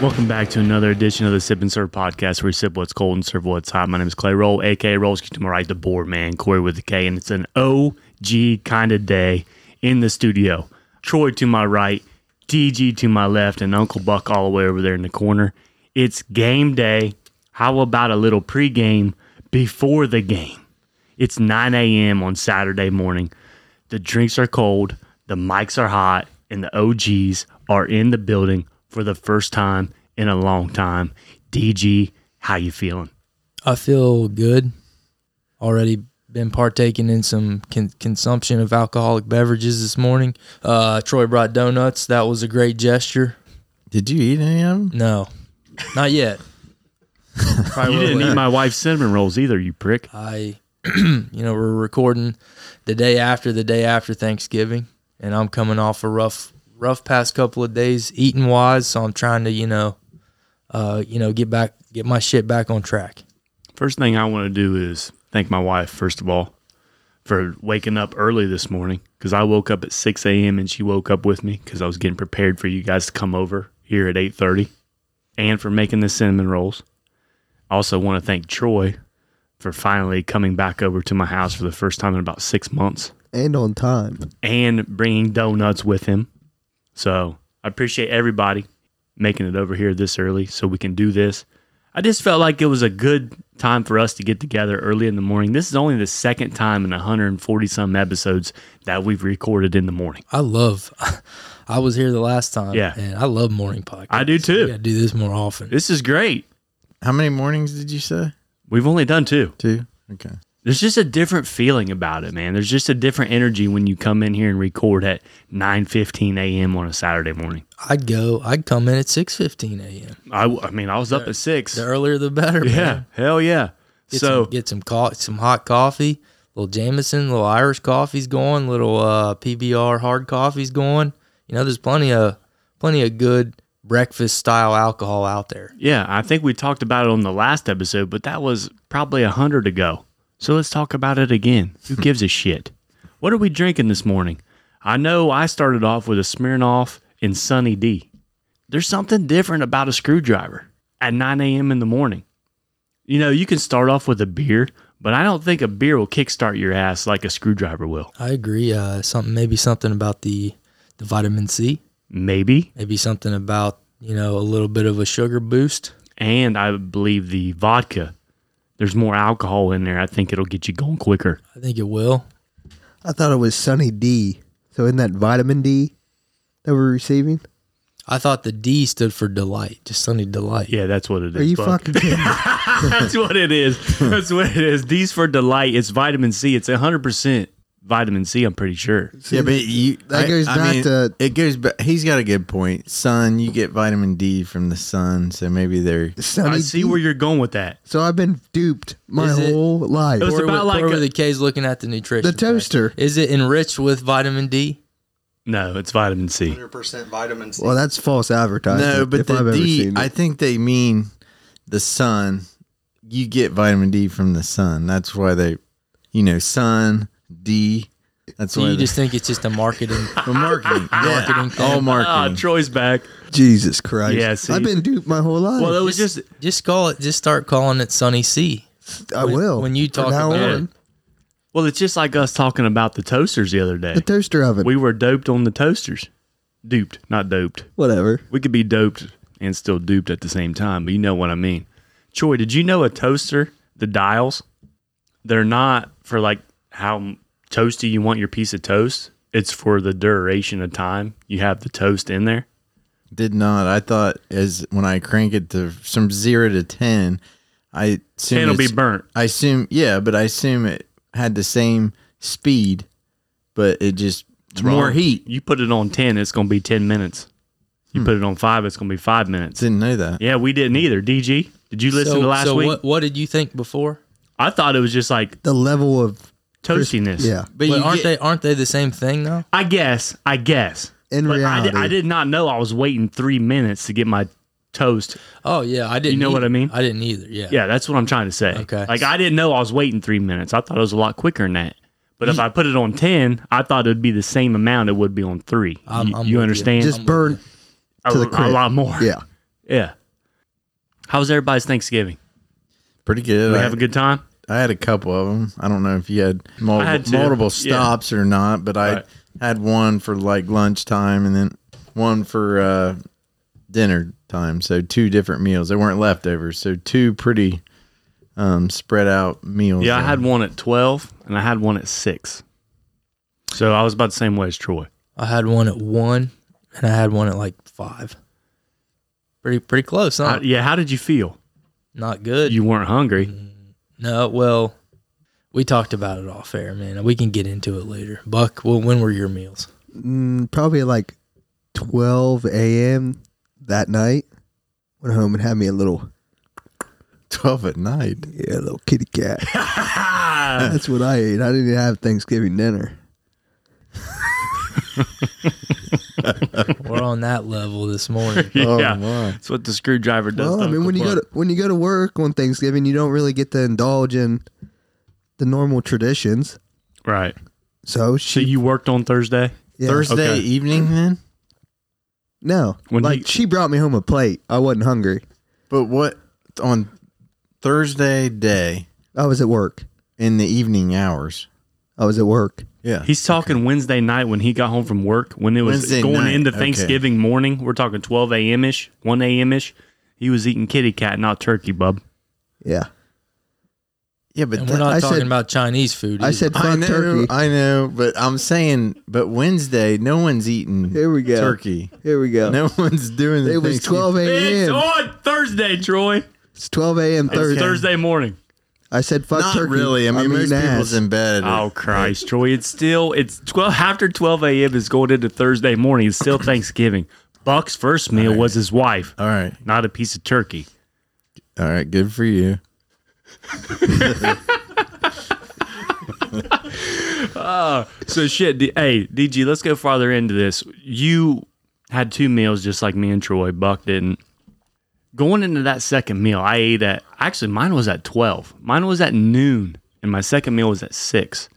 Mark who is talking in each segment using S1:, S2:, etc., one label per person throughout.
S1: Welcome back to another edition of the Sip and Serve podcast where we sip what's cold and serve what's hot. My name is Clay Roll, aka Rolls to my right, the board man, Corey with the K, and it's an OG kind of day in the studio. Troy to my right, DG to my left, and Uncle Buck all the way over there in the corner. It's game day. How about a little pregame before the game? It's 9 a.m. on Saturday morning. The drinks are cold, the mics are hot, and the OGs are in the building for the first time in a long time. DG, how you feeling?
S2: I feel good. Already been partaking in some con- consumption of alcoholic beverages this morning. Uh, Troy brought donuts. That was a great gesture.
S3: Did you eat any of them?
S2: No, not yet. Probably
S1: You
S2: will
S1: didn't
S2: later.
S1: eat my wife's cinnamon rolls either, you prick.
S2: I, you know, we're recording the day after the day after Thanksgiving, and I'm coming off a rough, rough past couple of days eating wise. So I'm trying to, you know, uh, you know, get back, get my shit back on track.
S1: First thing I want to do is thank my wife, first of all, for waking up early this morning because I woke up at 6 a.m. and she woke up with me because I was getting prepared for you guys to come over here at 8.30 and for making the cinnamon rolls. I also want to thank Troy for finally coming back over to my house for the first time in about six months
S3: And on time.
S1: and bringing donuts with him. So I appreciate everybody making it over here this early so we can do this. I just felt like it was a good time for us to get together early in the morning. This is only the second time in 140 some episodes that we've recorded in the morning.
S2: I love. I was here the last time.
S1: Yeah.
S2: and I love morning podcasts.
S1: I do
S2: We
S1: too.
S2: gotta do this more often.
S1: This is great.
S3: How many mornings did you say?
S1: We've only done two.
S3: Two. Okay.
S1: There's just a different feeling about it, man. There's just a different energy when you come in here and record at 9:15 a.m. on a Saturday morning.
S2: I'd go. I'd come in at six fifteen a.m.
S1: I, w- I mean, I was up at six.
S2: The earlier the better.
S1: Yeah,
S2: man.
S1: hell yeah.
S2: Get
S1: so
S2: some, get some co- some hot coffee, little Jameson, little Irish coffee's going, little uh, PBR hard coffee's going. You know, there's plenty of plenty of good breakfast style alcohol out there.
S1: Yeah, I think we talked about it on the last episode, but that was probably a hundred ago. So let's talk about it again. Who gives a shit? What are we drinking this morning? I know I started off with a Smirnoff and Sunny D. There's something different about a screwdriver at 9 a.m. in the morning. You know, you can start off with a beer, but I don't think a beer will kickstart your ass like a screwdriver will.
S2: I agree. Uh, something maybe something about the the vitamin C.
S1: Maybe.
S2: Maybe something about you know a little bit of a sugar boost.
S1: And I believe the vodka, there's more alcohol in there. I think it'll get you going quicker.
S2: I think it will.
S4: I thought it was Sunny D. So isn't that vitamin D that we're receiving?
S2: I thought the D stood for delight, just sunny delight.
S1: Yeah, that's what it is.
S4: Are you
S1: Buck.
S4: fucking kidding me?
S1: That's what it is. That's what it is. These for delight. It's vitamin C. It's 100% vitamin C, I'm pretty sure.
S3: Yeah, but you
S4: That goes back to-
S3: it goes. ba- He's got a good point. Sun, you get vitamin D from the sun, so maybe they're
S4: Sunny
S1: I see
S4: D.
S1: where you're going with that.
S4: so I've been duped my
S2: Is it-
S4: whole life.
S1: It was
S2: Or
S1: about
S2: with-
S1: like
S2: or
S1: a-
S2: with the K's looking at the nutrition.
S4: The
S2: factor.
S4: toaster.
S2: Is it enriched with vitamin D?
S1: No, it's vitamin C.
S5: hundred percent vitamin C.
S4: Well, that's false advertising.
S3: no. But
S4: if I've
S3: the
S4: ever
S3: D,
S4: seen
S3: I
S4: it.
S3: think they mean the sun. You get vitamin D from the sun. That's why they, you know, sun D. That's
S2: So
S3: why
S2: you
S3: they-
S2: just think it's just a marketing?
S3: for marketing, yeah,
S2: Marketing thing.
S3: all
S1: Ah,
S2: Oh,
S3: marketing.
S1: Troy's back.
S4: Jesus Christ.
S1: Yeah, see?
S4: I've been duped my whole life.
S1: Well, it was just,
S2: just call it. Just start calling it Sunny C.
S4: I
S2: when-
S4: will.
S2: when you
S4: From
S2: talk
S4: now
S2: about it.
S4: on,
S1: well, it's just like us talking about the toasters the other day.
S4: the toaster oven.
S1: We were doped on the toasters. Duped, not doped.
S4: Whatever.
S1: We could be doped and still duped at the same time, but you know what I mean. Troy, did you know a toaster, the dials, they're not for like how toasty you want your piece of toast. It's for the duration of time you have the toast in there.
S3: Did not. I thought as when I crank it to from zero to ten, I assume
S1: And it'll be
S3: it's-
S1: burnt.
S3: I assume yeah, but I assume it had the same speed, but it just more
S1: Wrong.
S3: heat.
S1: You put it on 10, it's going to be 10 minutes. You put it on 5, it's going to be 5 minutes.
S3: Didn't know that.
S1: Yeah, we didn't either. DG, did you listen
S2: so,
S1: to last
S2: so
S1: week?
S2: What, what did you think before?
S1: I thought it was just like
S4: The level of.
S1: toastiness.
S4: Yeah.
S2: Wait,
S3: But you
S2: aren't
S3: aren't
S2: they aren't they the same thing though?
S1: I guess. I guess.
S4: In
S1: But I did,
S4: reality.
S1: I did not know I was waiting three minutes to get my toast.
S2: Oh yeah, I didn't.
S1: know
S2: either.
S1: what I mean?
S2: I didn't either. Yeah.
S1: Yeah, that's what I'm trying to say.
S2: Okay.
S1: Like I didn't know I was waiting three minutes. I thought it was a lot quicker than that. But if I put it on ten, I thought it'd be the same amount it would be on 3
S2: I'm-
S1: You- you
S2: I'm with you.
S1: understand?
S4: Just burn
S1: a,
S4: to the
S1: a
S4: crit.
S1: lot more.
S4: Yeah.
S1: Yeah. How was everybody's Thanksgiving?
S3: Pretty good.
S1: Did we
S3: I,
S1: have a good time?
S3: I had a couple of them. I don't know if you had multiple,
S1: had two,
S3: multiple
S1: yeah.
S3: stops or not, but I
S1: Right.
S3: had one for like lunchtime and then one for uh, dinner time. So two different meals. They weren't leftovers. So two pretty um, spread out meals.
S1: Yeah, I had
S3: Um,
S1: one at 12 and I had one at 6. So I was about the same way as Troy.
S2: I had one at one, and I had one at like five. Pretty pretty close.
S1: How-
S2: Not
S1: yeah, how did you feel?
S2: not good.
S1: You weren't hungry.
S4: Mm-hmm.
S2: no, well, we talked about it off air, man. We can get into it later. Buck, well, when were your meals?
S4: Mm, probably like 12 a.m. that night. Went home and had me a little,
S3: twelve at night.
S4: yeah, a little kitty cat. That's what I ate. I didn't even have Thanksgiving dinner.
S2: We're on that level this morning.
S1: yeah.
S3: Oh my.
S1: That's what the screwdriver does.
S4: Well,
S1: to
S4: I mean,
S1: Uncle
S4: when you go
S1: Buck.
S4: to when you go to work on Thanksgiving, you don't really get to indulge in the normal traditions.
S1: Right.
S4: So
S1: So
S4: she
S1: you worked on Thursday?
S4: yeah.
S3: Thursday
S1: Okay.
S3: evening then?
S4: no,
S1: When
S4: like
S1: you-
S4: she brought me home a plate. I wasn't hungry.
S3: But what on Thursday day
S4: I was at work.
S3: in the evening hours?
S4: I was at work.
S3: Yeah.
S1: He's talking Wednesday night when he got home from work, when it was
S3: Wednesday
S1: going
S3: night,
S1: into
S3: okay.
S1: Thanksgiving morning. We're talking 12 a.m. ish, 1 a.m. ish. He was eating kitty cat, not turkey, bub.
S4: Yeah,
S3: yeah, but
S2: And
S3: that-
S2: we're not
S4: I
S2: talking
S4: said-
S2: about Chinese food.
S4: I
S2: either.
S4: said
S3: I
S4: fuck
S3: know,
S4: turkey.
S3: I know, but I'm saying, but Wednesday, no one's eating
S4: Here we go.
S3: turkey.
S4: Here we go.
S3: No one's doing the
S4: it was
S3: Thanksgiving-
S4: 12
S1: It's
S4: a.m.
S1: on Thursday, Troy.
S4: It's 12 a.m.
S1: It's
S4: Thursday.
S1: Thursday morning.
S4: I said fuck
S3: Not
S4: turkey.
S3: really. I mean, most
S4: ass.
S3: people's in bed. at it.
S1: Oh Christ, Troy! It's still it's twelve after twelve a.m. is going into Thursday morning. It's still Thanksgiving. Buck's first meal was his wife,
S3: All right.
S1: not a piece of turkey.
S3: All right. Good for you.
S1: So shit. D- hey, DG, let's go farther into this. You had two meals just like me and Troy. Buck didn't. Going into that second meal, I ate at actually mine was at twelve. Mine was at noon, and my second meal was at six.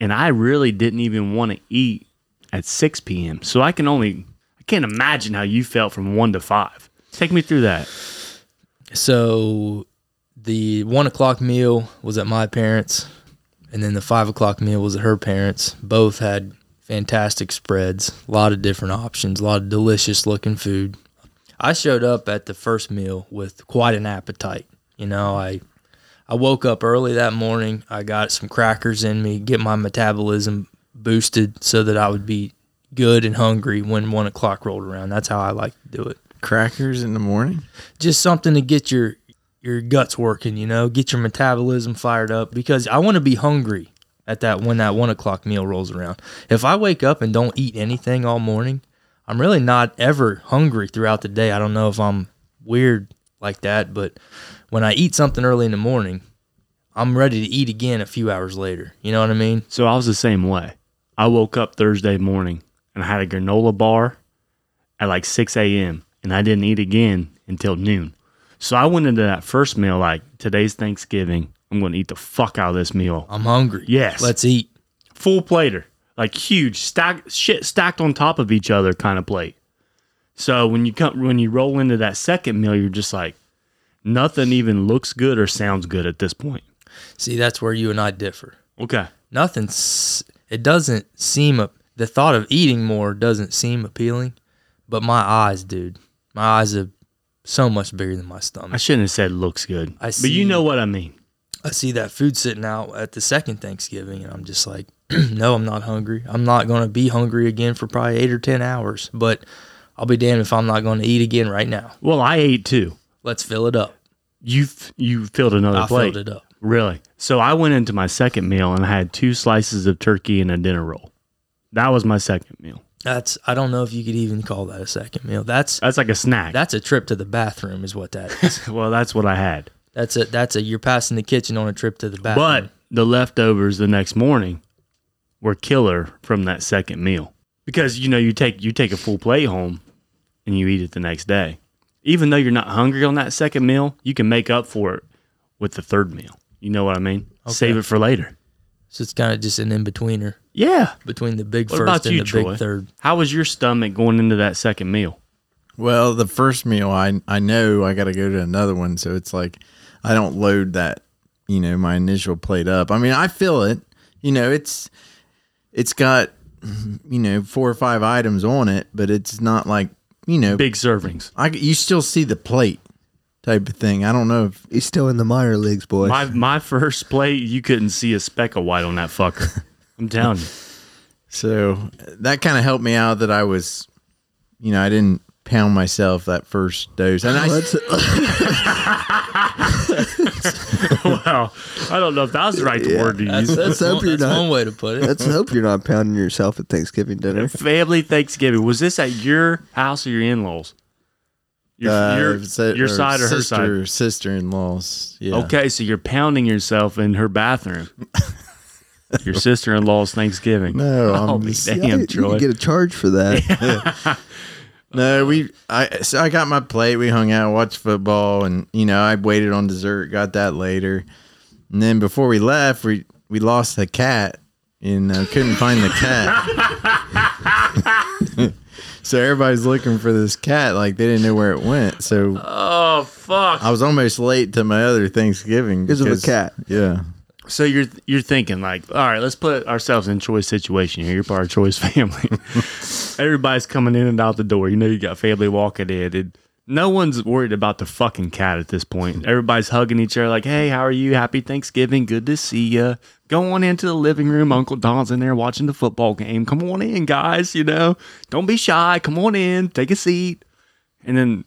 S1: And I really didn't even want to eat at six p.m. So I can only I can't imagine how you felt from one to five. Take me through that.
S2: So the one o'clock meal was at my parents, and then the five o'clock meal was at her parents. Both had fantastic spreads, a lot of different options, a lot of delicious looking food. I showed up at the first meal with quite an appetite. You know, I I woke up early that morning. I got some crackers in me, get my metabolism boosted so that I would be good and hungry when one o'clock rolled around. That's how I like to do it
S3: Crackers in the morning.
S2: just something to get your your guts working, you know, get your metabolism fired up because I want to be hungry at that when that one o'clock meal rolls around. If I wake up and don't eat anything all morning, I'm really not ever hungry throughout the day. I don't know if I'm weird like that, but when I eat something early in the morning, I'm ready to eat again a few hours later. You know what I mean?
S1: So I was the same way. I woke up Thursday morning and I had a granola bar at like 6 a.m. and I didn't eat again until noon. So I went into that first meal like today's Thanksgiving. I'm going to eat the fuck out of this meal.
S2: I'm hungry.
S1: Yes.
S2: Let's eat.
S1: Full plater, like huge stack shit stacked on top of each other kind of plate. So when you come when you roll into that second meal, you're just like nothing even looks good or sounds good at this point.
S2: See, that's where you and I differ.
S1: Okay.
S2: nothing s- it doesn't seem a- the thought of eating more doesn't seem appealing but my eyes dude my eyes are so much bigger than my
S1: I
S2: stomach
S1: shouldn't have said looks good.
S2: I
S1: But
S2: see.
S1: you know what I mean.
S2: i see that food sitting out at the second thanksgiving and i'm just like no i'm not hungry i'm not going to be hungry again for probably eight or ten hours but i'll be damned if i'm not going to eat again right now
S1: Well, I ate too.
S2: let's fill it up
S1: You f- you filled another
S2: i
S1: plate.
S2: filled it up
S1: Really? So I went into my second meal and I had two slices of turkey and a dinner roll. That was my second meal.
S2: that's i don't know if you could even call that a second meal that's
S1: That's like a snack.
S2: that's a trip to the bathroom is what that is
S1: well, that's what I had.
S2: that's a that's a you're passing the kitchen on a trip to the bathroom
S1: But the leftovers the next morning were killer from that second meal. Because you know, you take you take a full plate home and you eat it the next day. Even though you're not hungry on that second meal, you can make up for it with the third meal. You know what I mean? Save it for later.
S2: So it's kind of just an in betweener
S1: Yeah.
S2: between the big
S1: What
S2: first
S1: about
S2: and
S1: you,
S2: the
S1: Troy?
S2: big third.
S1: How was your stomach going into that second meal?
S3: Well, the first meal, I I know I got to go to another one, so it's like I don't load that, you know, my initial plate up. I mean, I feel it. You know, it's it's got you know four or five items on it, but it's not like you know,
S1: Big servings.
S3: I you still see the plate type of thing. I don't know if
S4: He's still in the minor leagues, boy.
S1: My my first plate, you couldn't see a speck of white on that fucker. I'm telling you.
S3: so. That kind of helped me out that I was, you know, I didn't pound myself that first dose, and I
S4: That's-
S1: Well, I don't know if that was the right word to
S2: That's,
S1: use.
S2: that's,
S4: Let's hope
S2: one,
S4: you're
S2: that's
S4: not.
S2: one way to put it.
S4: let's hope you're not pounding yourself at Thanksgiving dinner.
S1: Family Thanksgiving. Was this at your house or your in laws? Your,
S3: uh,
S1: your,
S3: si-
S1: your side or her side?
S3: sister, sister-in-laws. Yeah.
S1: Okay, so you're pounding yourself in her bathroom. your sister in law's Thanksgiving.
S3: No, I'm
S1: Holy
S3: just-
S4: Yeah,
S1: damn,
S4: you- you
S1: Troy.
S4: could get a charge for that.
S3: no, we. I so I got my plate. We hung out, watched football, and you know I waited on dessert. Got that later, and then before we left, we we lost the cat and uh, couldn't find the cat. so everybody's looking for this cat, like they didn't know where it went. So
S1: Oh, fuck.
S3: I was almost late to my other Thanksgiving
S4: Because of a cat.
S3: Yeah.
S1: So you're you're thinking like, all right, let's put ourselves in Troy's situation here. You're part of Troy's family. Everybody's coming in and out the door. You know, you got family walking in, and no one's worried about the fucking cat at this point. Everybody's hugging each other like, hey, how are you? Happy Thanksgiving. Good to see ya. Go on into the living room. Uncle Don's in there watching the football game. Come on in, guys. You know, don't be shy. Come on in. Take a seat. And then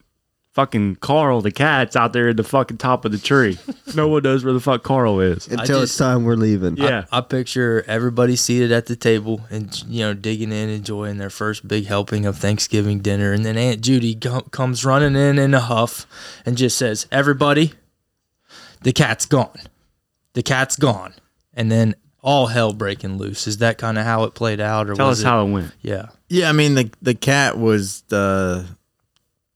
S1: fucking Carl, the cat's out there at the fucking top of the tree. no one knows where the fuck Carl is.
S4: Until
S2: just-
S4: it's time we're leaving.
S1: Yeah.
S2: I picture everybody seated at the table and you know digging in, enjoying their first big helping of Thanksgiving dinner, and then Aunt Judy com- comes running in in a huff and just says, "Everybody, the cat's gone. The cat's gone." And then all hell breaking loose. Is that kind of how it played out, or
S1: Tell
S2: was
S1: us
S2: it?
S1: how it went.
S2: Yeah,
S3: Yeah, I mean the the cat was the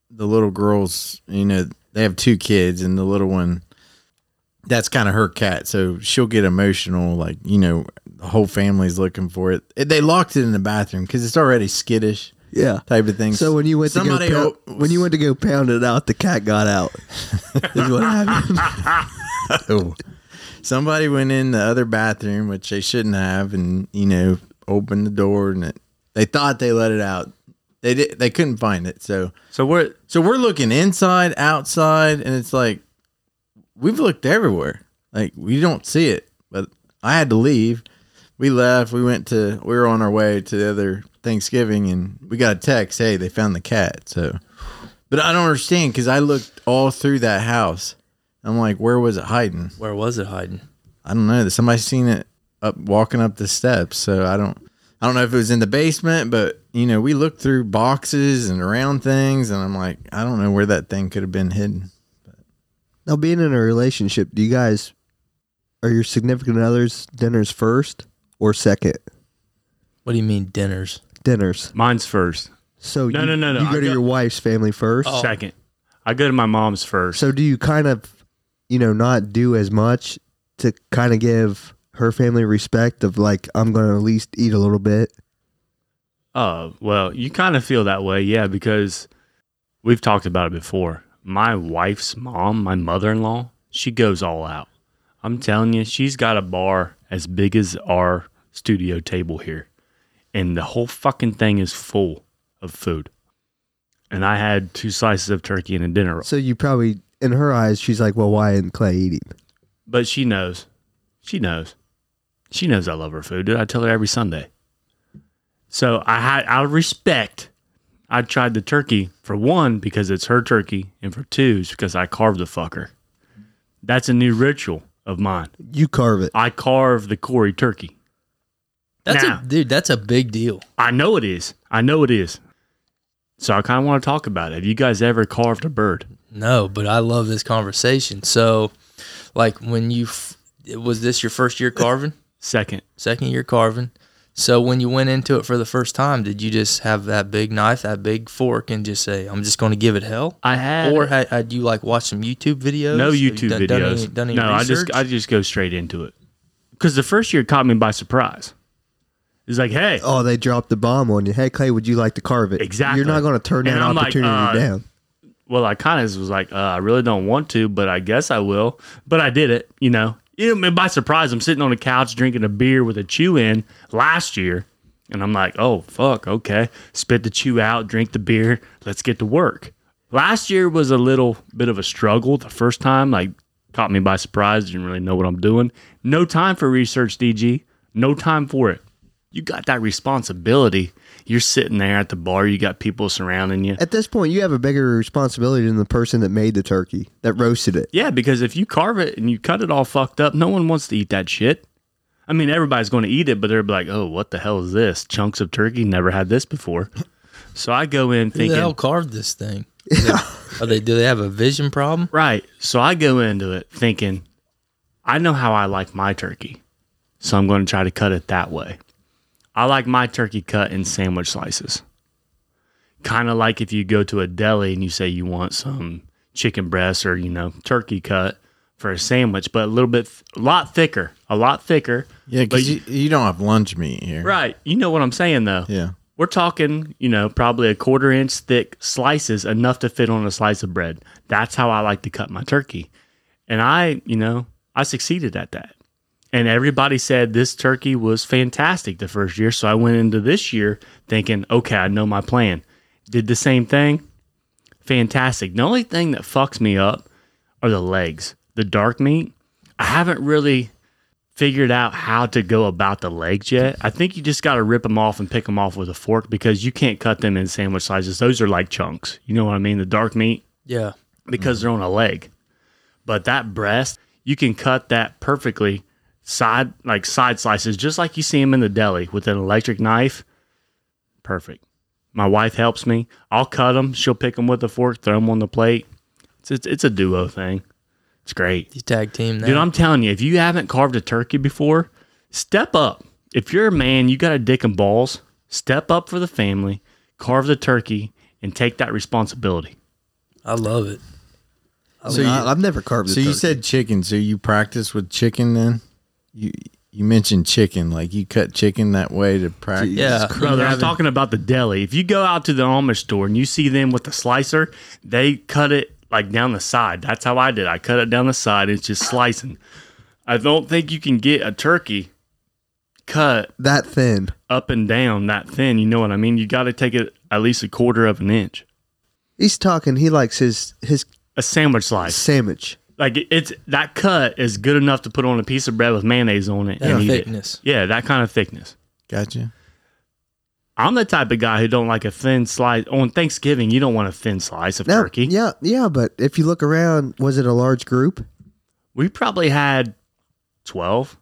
S3: the little girl's. You know, they have two kids, and the little one. That's kind of her cat, so she'll get emotional. Like you know, the whole family's looking for it. They locked it in the bathroom because it's already skittish
S4: Yeah.
S3: type of thing.
S4: So when you went
S3: somebody
S4: to go pound-
S3: o-
S4: when you went to go pound it out, the cat got out. is what happened.
S3: somebody went in the other bathroom, which they shouldn't have, and you know, opened the door, and it, they thought they let it out. They did. They couldn't find it, so
S1: So we're
S3: So we're looking inside, outside, and it's like we've looked everywhere. Like we don't see it. But I had to leave. We left. We went to. We were on our way to the other Thanksgiving, and we got a text. Hey, they found the cat. So, but I don't understand because I looked all through that house. I'm like, where was it hiding?
S2: where was it hiding?
S3: I don't know. Somebody seen it up walking up the steps. So I don't I don't know if it was in the basement, but you know, we looked through boxes and around things and I'm like, I don't know where that thing could have been hidden.
S4: now being in a relationship, do you guys are your significant others dinners first or second?
S2: What do you mean dinners?
S4: Dinners.
S1: mine's first,
S4: So
S1: No,
S4: you,
S1: no, no, no.
S4: you go
S1: I
S4: to
S1: got-
S4: your wife's family first.
S1: second. I go to my mom's first.
S4: So do you kind of, you know, not do as much to kind of give her family respect of like I'm going to at least eat a little bit.
S1: Oh, well, you kind of feel that way, yeah, because we've talked about it before. My wife's mom, my mother in law, she goes all out. I'm telling you, she's got a bar as big as our studio table here. And the whole fucking thing is full of food. And I had two slices of turkey and a dinner roll.
S4: So you probably in her eyes she's like, "Well, why isn't Clay eating?"
S1: But she knows. She knows. She knows I love her food, dude. I tell her every Sunday. So I had out of respect, I tried the turkey for one because it's her turkey, and for two is because I carved the fucker. That's a new ritual of mine.
S4: You carve it.
S1: I carve the Corey turkey.
S2: That's
S1: Nah.
S2: a dude. That's a big deal.
S1: I know it is. I know it is. So I kind of want to talk about it. Have you guys ever carved a bird?
S2: No, but I love this conversation. So, like when you f- was this your first year carving?
S1: Second,
S2: second year carving. So when you went into it for the first time, did you just have that big knife, that big fork, and just say, "I'm just going to give it hell"?
S1: I had
S2: Or had, had you like watched some YouTube videos?
S1: No
S2: Have you
S1: YouTube
S2: done-
S1: videos.
S2: done any- done any
S1: no, I
S2: research?
S1: just I just go straight into it because the first year caught me by surprise. He's like, hey,
S4: Oh, they dropped the bomb on you. Hey, Clay, would you like to carve it?
S1: Exactly.
S4: You're not going to turn
S1: And
S4: that
S1: I'm like,
S4: opportunity
S1: uh,
S4: down.
S1: well, I kind of was like, uh, I really don't want to, but I guess I will. But I did it, you know. It, by surprise, I'm sitting on a couch drinking a beer with a chew in last year. And I'm like, oh, fuck, okay. Spit the chew out, drink the beer, let's get to work. Last year was a little bit of a struggle the first time, like, caught me by surprise, didn't really know what I'm doing. No time for research, DG. No time for it. You got that responsibility. You're sitting there at the bar, you got people surrounding you.
S4: At this point, you have a bigger responsibility than the person that made the turkey, that roasted it.
S1: Yeah, because if you carve it and you cut it all fucked up, no one wants to eat that shit. I mean, everybody's going to eat it, but they're like, "Oh, what the hell is this? Chunks of turkey? Never had this before." So I go in
S2: Who the hell
S1: thinking,
S2: carved this thing? Is it- Are they? Do they have a vision problem?
S1: right? So I go into it thinking, I know how I like my turkey, so I'm going to try to cut it that way. I like my turkey cut in sandwich slices, kind of like if you go to a deli and you say you want some chicken breast or you know turkey cut for a sandwich, but a little bit, th- a lot thicker, a lot thicker.
S3: Yeah,
S1: But
S3: because you, you don't have lunch meat here.
S1: Right. You know what I'm saying, though.
S3: Yeah.
S1: We're talking, you know, probably a quarter inch thick slices, enough to fit on a slice of bread. That's how I like to cut my turkey. And I, you know, I succeeded at that. And everybody said this turkey was fantastic the first year. So I went into this year thinking, okay, I know my plan. Did the same thing. Fantastic. The only thing that fucks me up are the legs. The dark meat, I haven't really figured out how to go about the legs yet. I think you just got to rip them off and pick them off with a fork because you can't cut them in sandwich sizes. Those are like chunks. You know what I mean? The dark meat
S2: Yeah.
S1: because they're on a leg. But that breast, you can cut that perfectly side like side slices just like you see them in the deli with an electric knife. Perfect. My wife helps me. I'll cut them. She'll pick them with a fork, throw them on the plate. It's it's, it's a duo thing. It's great.
S2: You tag team that.
S1: Dude, I'm telling you, if you haven't carved a turkey before, step up. If you're a man, you got a dick and balls, step up for the family, carve the turkey, and take that responsibility.
S2: I love it.
S4: So
S3: you-
S4: I, I've never carved a
S3: So you
S4: turkey.
S3: said chicken. So you practice with chicken then? You you mentioned chicken. Like you cut chicken that way to practice.
S2: Yeah.
S1: Brother, I'm talking about the deli. If you go out to the Amish store and you see them with the slicer, they cut it like down the side. That's how I did. I cut it down the side. It's just slicing. I don't think you can get a turkey cut
S4: that thin.
S1: up and down that thin. You know what I mean? You got to take it at least a quarter of an inch.
S4: He's talking. He likes his his
S1: A sandwich slice.
S4: sandwich.
S1: like it- it's that cut is good enough to put on a piece of bread with mayonnaise on it
S2: That
S1: and eat it.
S2: thickness.
S1: Yeah, that kind of thickness.
S3: Gotcha.
S1: I'm the type of guy who don't like a thin slice. On Thanksgiving, you don't want a thin slice of
S4: No,
S1: turkey.
S4: Yeah, yeah. But if you look around, was it a large group?
S1: We probably had 12,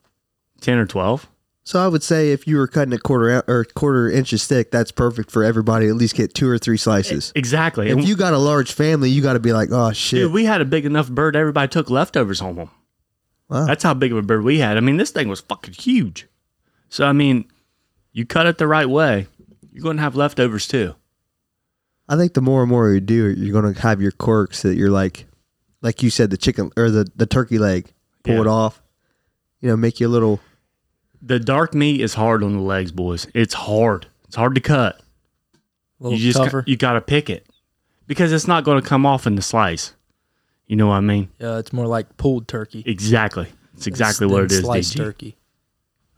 S1: 10 or 12.
S4: So I would say if you were cutting it quarter out or quarter inches thick, that's perfect for everybody. At least get two or three slices.
S1: Exactly.
S4: If
S1: And
S4: you got a large family, you got to be like, oh shit.
S1: Dude, we had a big enough bird. Everybody took leftovers home. Home.
S4: Wow.
S1: That's how big of a bird we had. I mean, this thing was fucking huge. So I mean, you cut it the right way, you're going to have leftovers too.
S4: I think the more and more you do it, you're gonna have your quirks that you're like, like you said, the chicken or the the turkey leg, pull
S1: Yeah.
S4: it off. You know, make you a little.
S1: The dark meat is hard on the legs, boys. It's hard. It's hard to cut.
S2: A little
S1: you just
S2: tougher.
S1: you got to pick it because it's not going to come off in the slice. You know what I mean?
S2: yeah, Uh, it's more like pulled turkey.
S1: Exactly. It's E- exactly
S2: than
S1: what it is.
S2: Sliced
S1: DG.
S2: turkey.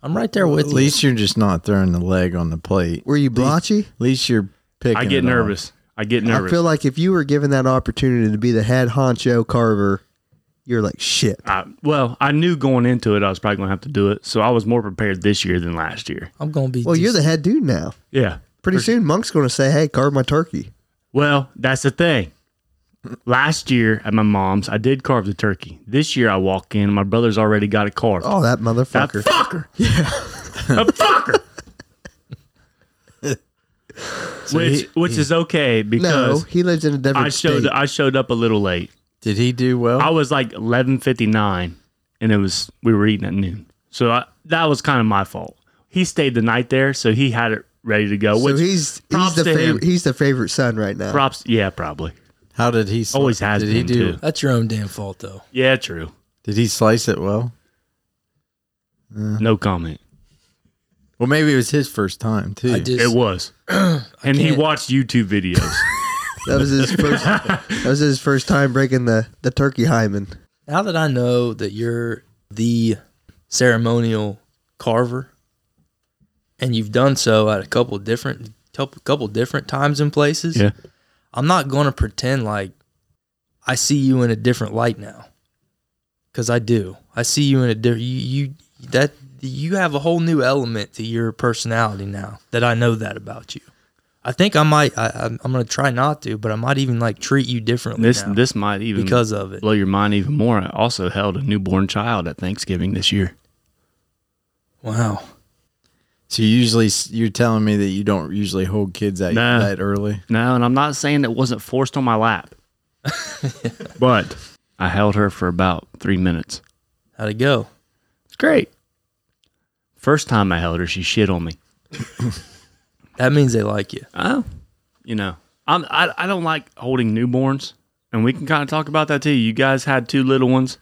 S2: I'm right there with
S3: At
S2: you.
S3: least you're just not throwing the leg on the plate.
S4: Were you blotchy?
S3: At least you're picking.
S1: I
S3: it
S1: get
S3: off.
S1: nervous. I get nervous.
S4: I feel like if you were given that opportunity to be the head honcho carver, you're like shit.
S1: I- well, I knew going into it I was probably going to have to do it, so I was more prepared this year than last year.
S2: I'm gonna be.
S4: Well, you're
S2: just-
S4: the head dude now.
S1: Yeah.
S4: Pretty soon, Monk's gonna say, "Hey, carve my turkey."
S1: Well, that's the thing. Last year at my mom's, I did carve the turkey. This year I walk in, and my brother's already got it carved.
S4: Oh,
S1: that
S4: that motherfucker!
S1: fucker. Yeah. a fucker. which which is okay
S4: no,
S1: because
S4: he lives in a different
S1: I showed
S4: state.
S1: I showed up a little late.
S3: Did he do well?
S1: I was like eleven fifty nine, and it was we were eating at noon. So I, that was kind of my fault. He stayed the night there, so he had it ready to go.
S4: so
S1: which
S4: he's he's
S1: props
S4: the
S1: to him.
S4: favorite. He's the favorite son right now.
S1: props, yeah, probably
S3: How did he? sli-
S1: always has
S3: Did
S1: been
S3: he do?
S1: too.
S2: That's your own damn fault, though.
S1: Yeah, true.
S3: Did he slice it well?
S1: No comment.
S3: Well, maybe it was his first time too.
S2: I just
S1: It was. and he
S2: can't-
S1: watched YouTube videos.
S4: That was his first. that was his first time breaking the the turkey hymen.
S2: now that I know that you're the ceremonial carver, and you've done so at a couple different couple couple different times and places.
S1: Yeah.
S2: I'm not going to pretend like I see you in a different light now, because I do. I see you in a different you, you that you have a whole new element to your personality now that I know that about you. I think I might. I, I'm, I'm going to try not to, but I might even like treat you differently
S1: this
S2: now
S1: this might even
S2: because of it.
S1: blow your mind even more. I also held a newborn child at Thanksgiving this year.
S2: Wow.
S3: so you usually s- you're telling me that you don't usually hold kids that
S1: No.
S3: that early.
S1: No, and I'm not saying it wasn't forced on my lap. but I held her for about three minutes.
S2: How'd it go?
S1: It's great. First time I held her, she shit on me.
S2: That means they like you.
S1: Oh, you know, I'm I, I don't like holding newborns, and we can kind of talk about that too. You guys had two little ones.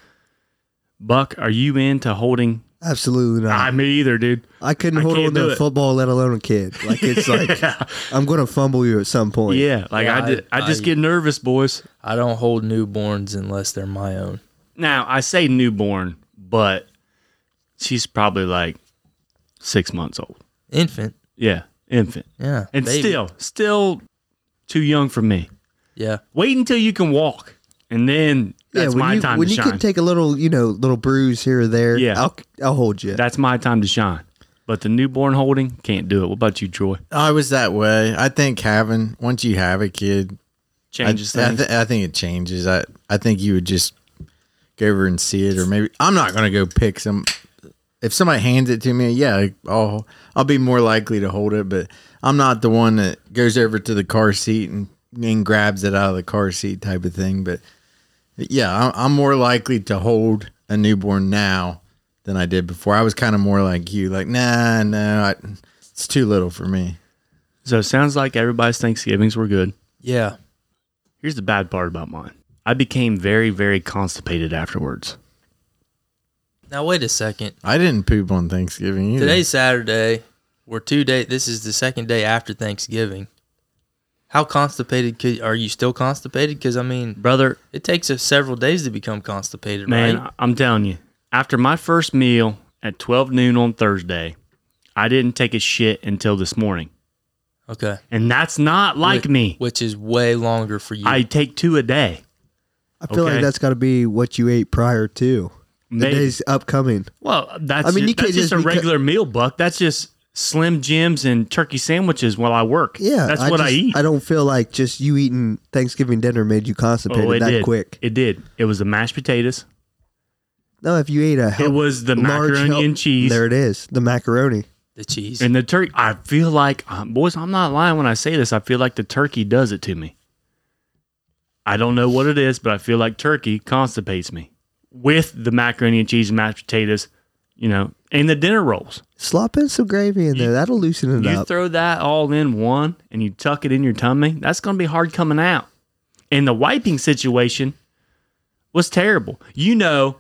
S1: Buck, are you into holding?
S4: Absolutely not.
S1: I me either, dude.
S4: I couldn't
S1: I
S4: hold
S1: can't
S4: on to
S1: do
S4: a
S1: it.
S4: football, let alone a kid. Like it's like I'm gonna fumble you at some point.
S1: Yeah, like
S2: Yeah,
S1: I, did,
S2: I-
S1: I just
S2: I-
S1: get nervous, boys.
S2: I don't hold newborns unless they're my own.
S1: Now I say newborn, but she's probably like six months old.
S2: Infant.
S1: Yeah, infant,
S2: Yeah.
S1: and
S2: baby.
S1: still, still too young for me.
S2: Yeah.
S1: Wait until you can walk, and then that's
S4: yeah, when
S1: my
S4: you,
S1: time
S4: when
S1: to
S4: you
S1: shine.
S4: can take a little, you know, little bruise here or there,
S1: Yeah.
S4: I'll I'll hold you.
S1: that's my time to shine. But the newborn holding can't do it. What about you, Troy?
S3: I was that way. I think having once you have a kid,
S1: Changes
S3: I, I,
S1: things.
S3: th- I think it changes. I I think you would just go over and see it, or maybe I'm not gonna go pick some. If somebody hands it to me, yeah, I'll I'll be more likely to hold it. But I'm not the one that goes over to the car seat and, and grabs it out of the car seat type of thing. But yeah, I'm, I'm more likely to hold a newborn now than I did before. I was kind of more like you, like nah, no, I, it's too little for me.
S1: so it sounds like everybody's Thanksgivings were good.
S2: Yeah.
S1: Here's the bad part about mine. I became very, very constipated afterwards.
S2: Now wait a second.
S3: I didn't poop on Thanksgiving
S1: Hmm.
S3: either.
S2: Today's Saturday. We're two day. This is the second day after Thanksgiving. How constipated could, are you? Still constipated? Because I mean,
S1: Brother,
S2: it takes us several days to become constipated,
S1: man,
S2: right?
S1: I'm telling you, after my first meal at 12 noon on Thursday, I didn't take a shit until this morning.
S2: Okay.
S1: And that's not like
S2: Whi-
S1: me.
S2: which is way longer for you.
S1: I take two a day.
S4: I feel
S1: Okay.
S4: like that's got to be what you ate prior to the
S1: Maybe-
S4: days upcoming.
S1: Well, that's,
S4: I mean,
S1: ju-
S4: you
S1: that's
S4: can't
S1: just,
S4: just
S1: a
S4: be co-
S1: regular meal, Buck. That's just Slim Jims and turkey sandwiches while I work.
S4: Yeah,
S1: That's what I
S4: just-
S1: eat.
S4: I don't feel like just you eating Thanksgiving dinner made you constipated
S1: Oh, it
S4: that
S1: did.
S4: quick.
S1: It did. It was the mashed potatoes.
S4: No, if you ate a
S1: It
S4: hel-
S1: was the macaroni
S4: hel-
S1: and cheese.
S4: There it is, the macaroni.
S2: the cheese.
S1: And the turkey, I feel like, um, boys, I'm not lying when I say this. I feel like the turkey does it to me. I don't know what it is, but I feel like turkey constipates me with the macaroni and cheese and mashed potatoes, you know, and the dinner rolls.
S4: Slop in some gravy in there. That'll loosen it
S1: you
S4: up.
S1: throw that all in one and you tuck it in your tummy, that's going to be hard coming out. And the wiping situation was terrible. You know,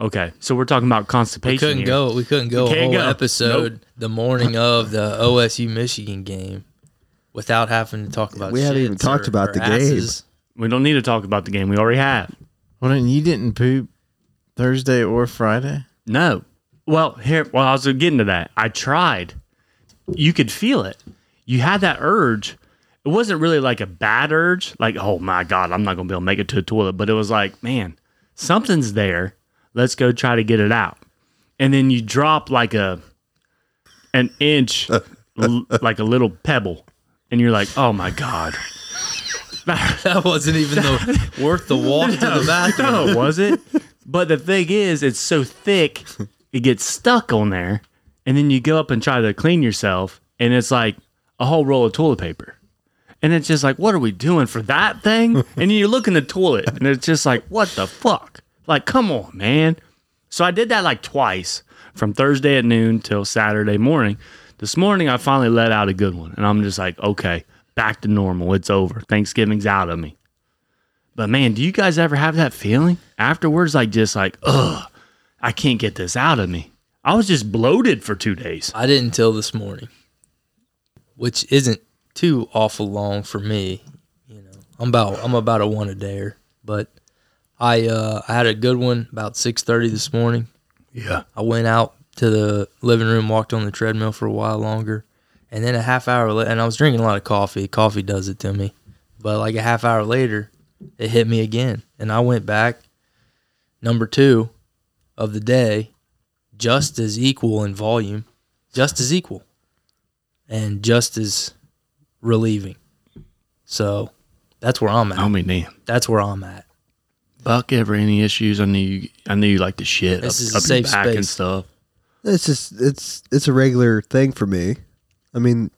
S1: okay, so we're talking about constipation.
S2: we couldn't
S1: here.
S2: go. We couldn't go a
S1: can't
S2: whole
S1: go.
S2: episode the morning of the OSU Michigan game without having to talk about.
S4: We haven't even
S2: shits
S4: talked
S2: or-
S4: about
S2: or
S4: the game.
S2: asses.
S1: We don't need to talk about the game. We already have.
S3: Well, then you didn't poop Thursday or Friday.
S1: No. Well, here, well, I was getting to that. I tried. You could feel it. You had that urge. It wasn't really like a bad urge, like, oh my God, I'm not going to be able to make it to the toilet. But it was like, man, something's there. Let's go try to get it out. And then you drop like a, an inch, l- like a little pebble. And you're like, oh my God.
S2: That wasn't even the, worth the walk to the bathroom.
S1: No, it wasn't. But the thing is, it's so thick, it gets stuck on there, and then you go up and try to clean yourself, and it's like a whole roll of toilet paper. And it's just like, what are we doing for that thing? And then you look in the toilet, and it's just like, what the fuck? Like, come on, man. So I did that like twice from Thursday at noon till Saturday morning. This morning, I finally let out a good one, and I'm just like, okay, back to normal. It's over. Thanksgiving's out of me. But man, do you guys ever have that feeling afterwards? Like just like, ugh, I can't get this out of me. I was just bloated for two days.
S2: I didn't till this morning, which isn't too awful long for me. You know, I'm about I'm about a one a dayer, but I uh, I had a good one about six thirty this morning.
S1: Yeah.
S2: I went out to the living room, walked on the treadmill for a while longer, and then a half hour later, and I was drinking a lot of coffee. Coffee does it to me, but like a half hour later, it hit me again, and I went back number two of the day, just as equal in volume, just as equal, and just as relieving. So that's where I'm
S1: I
S2: at.
S1: mean, man,
S2: That's where I'm at.
S1: Buck, ever any issues? I knew you, I knew you liked the shit
S2: This is
S1: up, up
S2: a
S1: your
S2: safe
S1: back and
S2: space.
S1: stuff.
S4: It's just it's it's a regular thing for me. I mean,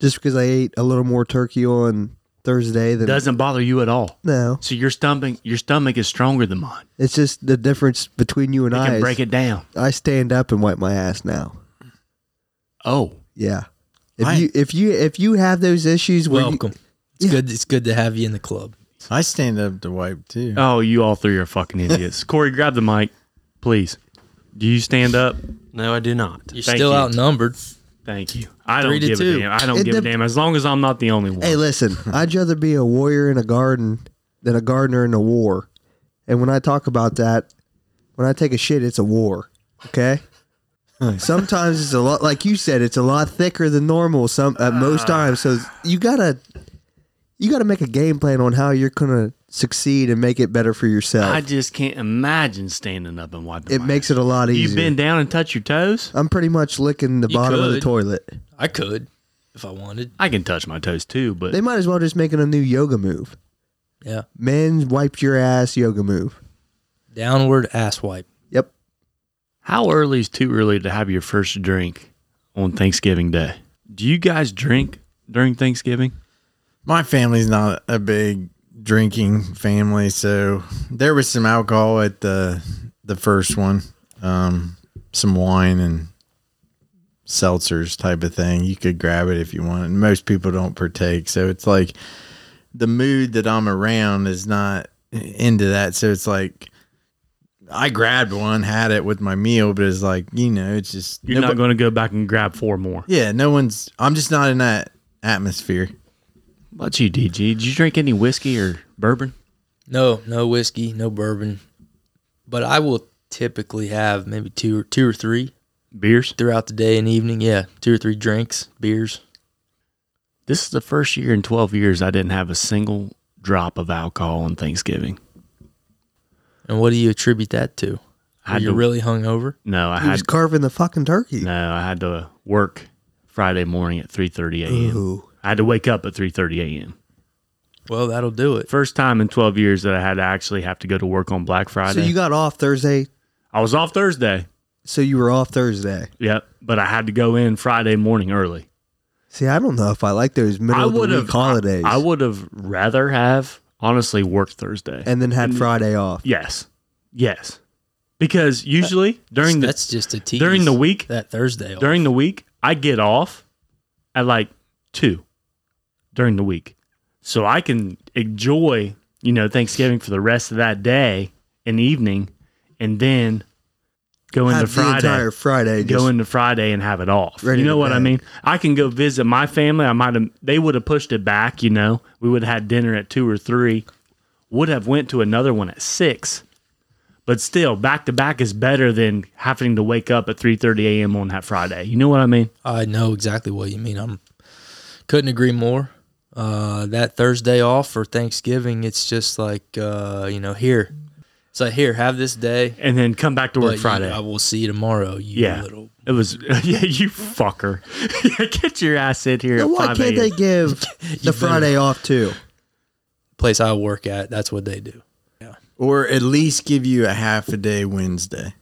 S4: just because I ate a little more turkey on Thursday than
S1: Doesn't bother you at all.
S4: no,
S1: So your stomach, your stomach is stronger than mine.
S4: it's just the difference between you and
S1: You
S4: I.
S1: can
S4: is
S1: break it down.
S4: I stand up and wipe my ass now.
S1: Oh,
S4: Yeah. If
S3: I-
S4: you if you if you have those issues, where you-
S2: Welcome. It's good. It's good to have you in the club.
S3: I stand up to wipe too.
S1: oh, you all three are fucking idiots. Corey, grab the mic, please. Do you stand up?
S5: No, I do not.
S2: You're
S1: Thank
S2: still
S1: you.
S2: outnumbered.
S1: Thank you. I
S2: Three
S1: don't
S2: to
S1: give
S2: two.
S1: a damn. I don't
S4: It
S1: give
S4: dep-
S1: a damn. As long as I'm not the only one.
S4: hey, listen, I'd rather be a warrior in a garden than a gardener in a war. And when I talk about that, when I take a shit, it's a war. Okay. Sometimes it's a lot, like you said, it's a lot thicker than normal. Some at
S2: Ah.
S4: most times, so you gotta you gotta make a game plan on how you're gonna succeed and make it better for yourself.
S1: I just can't imagine standing up and wiping.
S4: it
S1: my
S4: makes it a lot
S1: You
S4: easier.
S1: bend down and touch your toes?
S4: I'm pretty much licking the
S2: You
S4: bottom of the
S2: could.
S4: toilet.
S2: I could if I wanted.
S1: I can touch my toes too, but
S4: They might as well just make it a new yoga move.
S2: Yeah.
S4: Men wipe your ass yoga move.
S2: Downward ass wipe.
S4: Yep.
S1: how early is too early to have your first drink on Thanksgiving Day? Do you guys drink during Thanksgiving?
S3: My family's not a big drinking family, so there was some alcohol at the the first one. Um, some wine and seltzers type of thing. You could grab it if you want. And most people don't partake, so it's like the mood that I'm around is not into that. So it's like I grabbed one, had it with my meal, but it's like you know, it's just
S1: You're
S3: nobo-
S1: not going to go back and grab four more.
S3: yeah, no one's. I'm just not in that atmosphere.
S1: What about you, DG? Did you drink any whiskey or bourbon?
S2: No, no whiskey, no bourbon. But I will typically have maybe two or two or three
S1: Beers?
S2: throughout the day and evening. Yeah, two or three drinks, beers.
S1: This is the first year in 12 years I didn't have a single drop of alcohol on Thanksgiving.
S2: And what do you attribute that to?
S1: I
S2: Are
S1: had
S2: you
S1: to,
S2: really hungover?
S1: no, I
S4: He was
S1: had
S4: carving the fucking turkey.
S1: no, I had to work Friday morning at 3:30 a.m.
S4: Ooh.
S1: I had to wake up at 3:30 a.m.
S2: Well, that'll do it.
S1: First time in 12 years that I had to actually have to go to work on Black Friday.
S4: So you got off Thursday.
S1: I was off Thursday.
S4: So you were off Thursday.
S1: Yep, but I had to go in Friday morning early.
S4: See, I don't know if I like those middle
S1: I
S4: of the
S1: would
S4: week
S1: have
S4: holidays.
S1: I would have rather have honestly worked Thursday.
S4: and then had Friday off.
S1: yes, yes, because usually during the
S2: That's just a tease.
S1: during the week
S2: that Thursday. off.
S1: during the week I get off at like two during the week, so I can enjoy you know Thanksgiving for the rest of that day and evening, and then go into
S4: Have the
S1: Friday.
S4: entire Friday. Just,
S1: go into Friday and have it off.
S4: Ready
S1: You know
S4: to
S1: what I
S4: bang.
S1: mean? I can go visit my family. I might have they would have pushed it back, you know. We would have had dinner at 2 or 3. Would have went to another one at 6. But still, back to back is better than having to wake up at 3:30 a.m. on that Friday. You know what I mean?
S2: I know exactly what you mean. I'm couldn't agree more. Uh, that Thursday off for Thanksgiving, it's just like uh, you know, here. It's like here, have this day.
S1: And then come back to
S2: but
S1: work
S2: you-
S1: Friday.
S2: I will see you tomorrow. You
S1: yeah.
S2: little.
S1: It was yeah, you fucker. Get your ass in here
S4: Then
S1: at
S4: why
S1: 5
S4: can't they
S1: a.m.
S4: give the Friday off too?
S2: place I work at, that's what they do.
S3: or at least give you a half a day Wednesday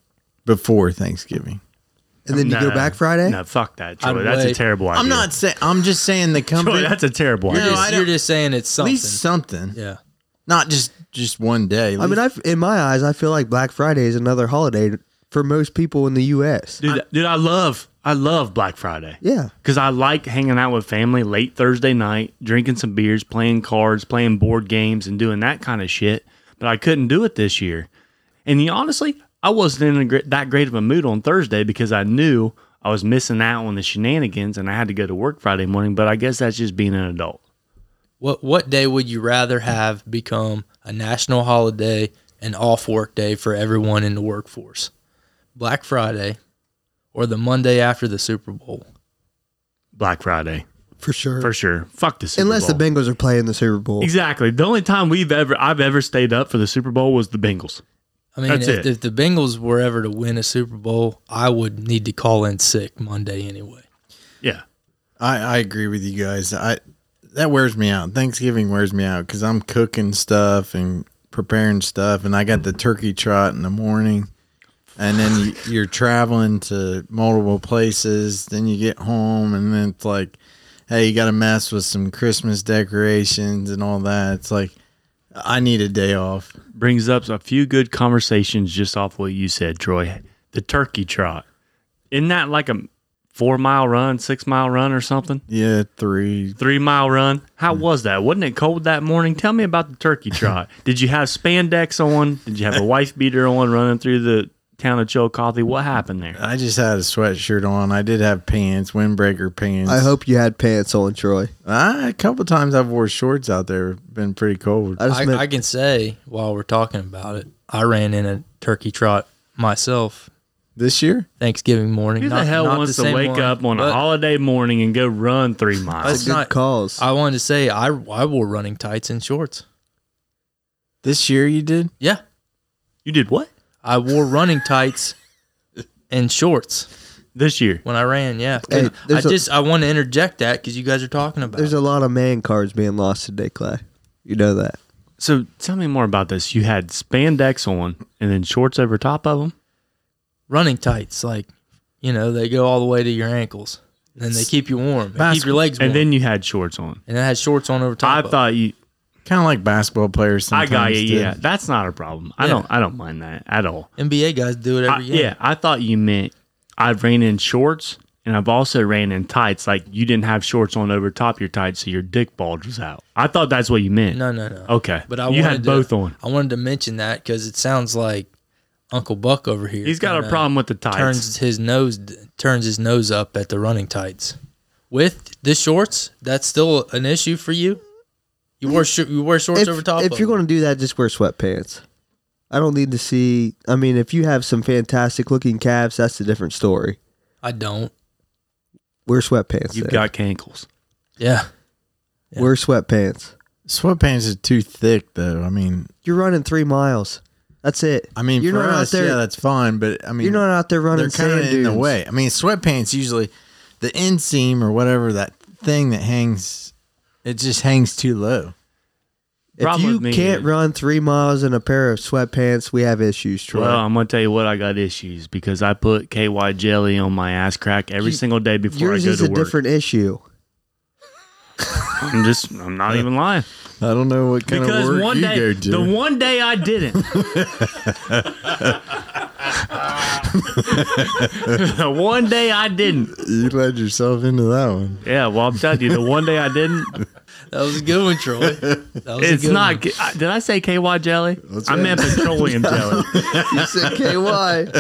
S3: before Thanksgiving.
S4: And then you
S1: No.
S4: go back Friday?
S1: No, fuck that,
S2: I'd
S1: Troy. That's a
S2: wait.
S1: terrible idea.
S3: I'm not saying. I'm just saying the
S1: Troy,
S3: company.
S1: that's a terrible
S3: No,
S1: idea.
S3: I
S2: You're
S3: don't-
S2: just saying it's
S3: at
S2: something.
S3: least something,
S2: yeah.
S3: not just just one day.
S4: I mean, I in my eyes, I feel like Black Friday is another holiday for most people in the U.S.
S1: Dude, dude, I love I love Black Friday.
S4: Yeah.
S1: Because I like hanging out with family late Thursday night, drinking some beers, playing cards, playing board games, and doing that kind of shit. But I couldn't do it this year. And you, honestly, I wasn't in a gr- that great of a mood on Thursday because I knew I was missing out on the shenanigans and I had to go to work Friday morning. But I guess that's just being an adult.
S2: What what day would you rather have become a national holiday and off work day for everyone in the workforce? Black Friday or the Monday after the Super Bowl?
S1: Black Friday
S4: for sure.
S1: for sure. Fuck the Super
S4: Unless
S1: Bowl.
S4: the Bengals are playing the Super Bowl.
S1: exactly. The only time we've ever I've ever stayed up for the Super Bowl was the Bengals.
S2: I mean,
S1: That's
S2: if,
S1: it.
S2: if the Bengals were ever to win a Super Bowl, I would need to call in sick Monday anyway.
S1: Yeah,
S3: I, I agree with you guys. I that wears me out. Thanksgiving wears me out because I'm cooking stuff and preparing stuff, and I got the turkey trot in the morning, and then you, you're traveling to multiple places. Then you get home, and then it's like, hey, you got to mess with some Christmas decorations and all that. It's like, I need a day off.
S1: brings up a few good conversations just off what you said, Troy. The turkey trot. Isn't that like a four mile run, six mile run, or something?
S3: Yeah, three.
S1: Three mile run. How was that? Wasn't it cold that morning? Tell me about the turkey trot. Did you have spandex on? Did you have a wife beater on running through the town of Chillicothe? What happened there?
S3: I just had a sweatshirt on. I did have pants, windbreaker pants.
S4: I hope you had pants on, Troy.
S3: Ah, a couple times I've wore shorts out there. Been pretty cold.
S4: I just
S2: I,
S4: meant
S2: I can say while we're talking about it, I ran in a turkey trot myself
S3: This year?
S2: Thanksgiving morning.
S1: Who the
S2: Not-
S1: hell
S2: not
S1: wants to
S2: same
S1: wake
S2: one,
S1: up on a
S2: but
S1: holiday morning and go run three
S4: it's
S1: miles?
S4: a
S2: it's
S4: good
S2: not-
S4: cause.
S2: I wanted to say I I wore running tights and shorts.
S3: This year you did?
S2: Yeah,
S1: You did what
S2: I wore running tights and shorts
S1: this year?
S2: when I ran. Yeah,
S4: Hey,
S2: I
S4: there's a-
S2: just I want to interject that because you guys are talking about.
S4: There's
S2: it.
S4: a lot of man cards being lost today, Clay. You know that.
S1: So tell me more about this. You had spandex on and then shorts over top of them.
S2: running tights, like you know, they go all the way to your ankles, and they keep you warm, and keep your legs warm,
S1: And then you had shorts on.
S2: and I had shorts on over top.
S1: I
S2: of it.
S1: thought you.
S3: Kind of like basketball players.
S1: I
S3: Sometimes
S1: got you.
S3: did.
S1: Yeah, that's not a problem. I
S2: Yeah.
S1: don't. I don't mind that at all.
S2: NBA guys do it
S1: I,
S2: every year.
S1: yeah, I thought you meant I've ran in shorts and I've also ran in tights. Like you didn't have shorts on over top your tights, so your dick bulge was out. I thought that's what you meant.
S2: No, no, no.
S1: Okay,
S2: But I
S1: you
S2: wanted
S1: had both
S2: to,
S1: on.
S2: I wanted to mention that because it sounds like Uncle Buck over here.
S1: He's got a
S2: kinda
S1: problem with the tights.
S2: Turns his nose turns his nose up at the running tights. With the shorts, that's still an issue for you. You wear sh- you wear shorts
S4: If,
S2: over top.
S4: if
S2: of
S4: you're
S2: them.
S4: going to do that, just wear sweatpants. I don't need to see. I mean, if you have some fantastic looking calves, that's a different story.
S2: I don't.
S4: Wear sweatpants.
S1: You've
S4: then.
S1: got cankles.
S2: Yeah, yeah.
S4: Wear sweatpants.
S3: Sweatpants is too thick though. I mean,
S4: You're running three miles. That's it.
S3: I mean
S4: you're
S3: for
S4: not
S3: us,
S4: out there.
S3: yeah, that's fine. But I mean,
S4: you're not out there running
S3: they're kind
S4: sand
S3: of in
S4: dunes.
S3: the way. I mean, sweatpants usually the inseam or whatever that thing that hangs, it just hangs too low.
S4: If
S1: Problem
S4: you
S1: with me
S4: can't
S1: is-
S4: run three miles in a pair of sweatpants, we have issues, Troy.
S1: Well, I'm gonna tell you what I got issues because I put KY jelly on my ass crack every single day before I
S4: Yours
S1: go
S4: is
S1: to
S4: a
S1: work.
S4: different issue.
S1: I'm just I'm not even lying.
S3: I don't know what kind
S1: Because
S3: of work
S1: one
S3: you
S1: day
S3: go to.
S1: the one day I didn't. the one day I didn't.
S3: you led yourself into that one.
S1: Yeah, well I'm telling you, the one day I didn't.
S2: that was a good one, Troy. That was a
S1: It's
S2: good
S1: not.
S2: one.
S1: Did I say KY jelly? I meant petroleum jelly.
S4: You said KY.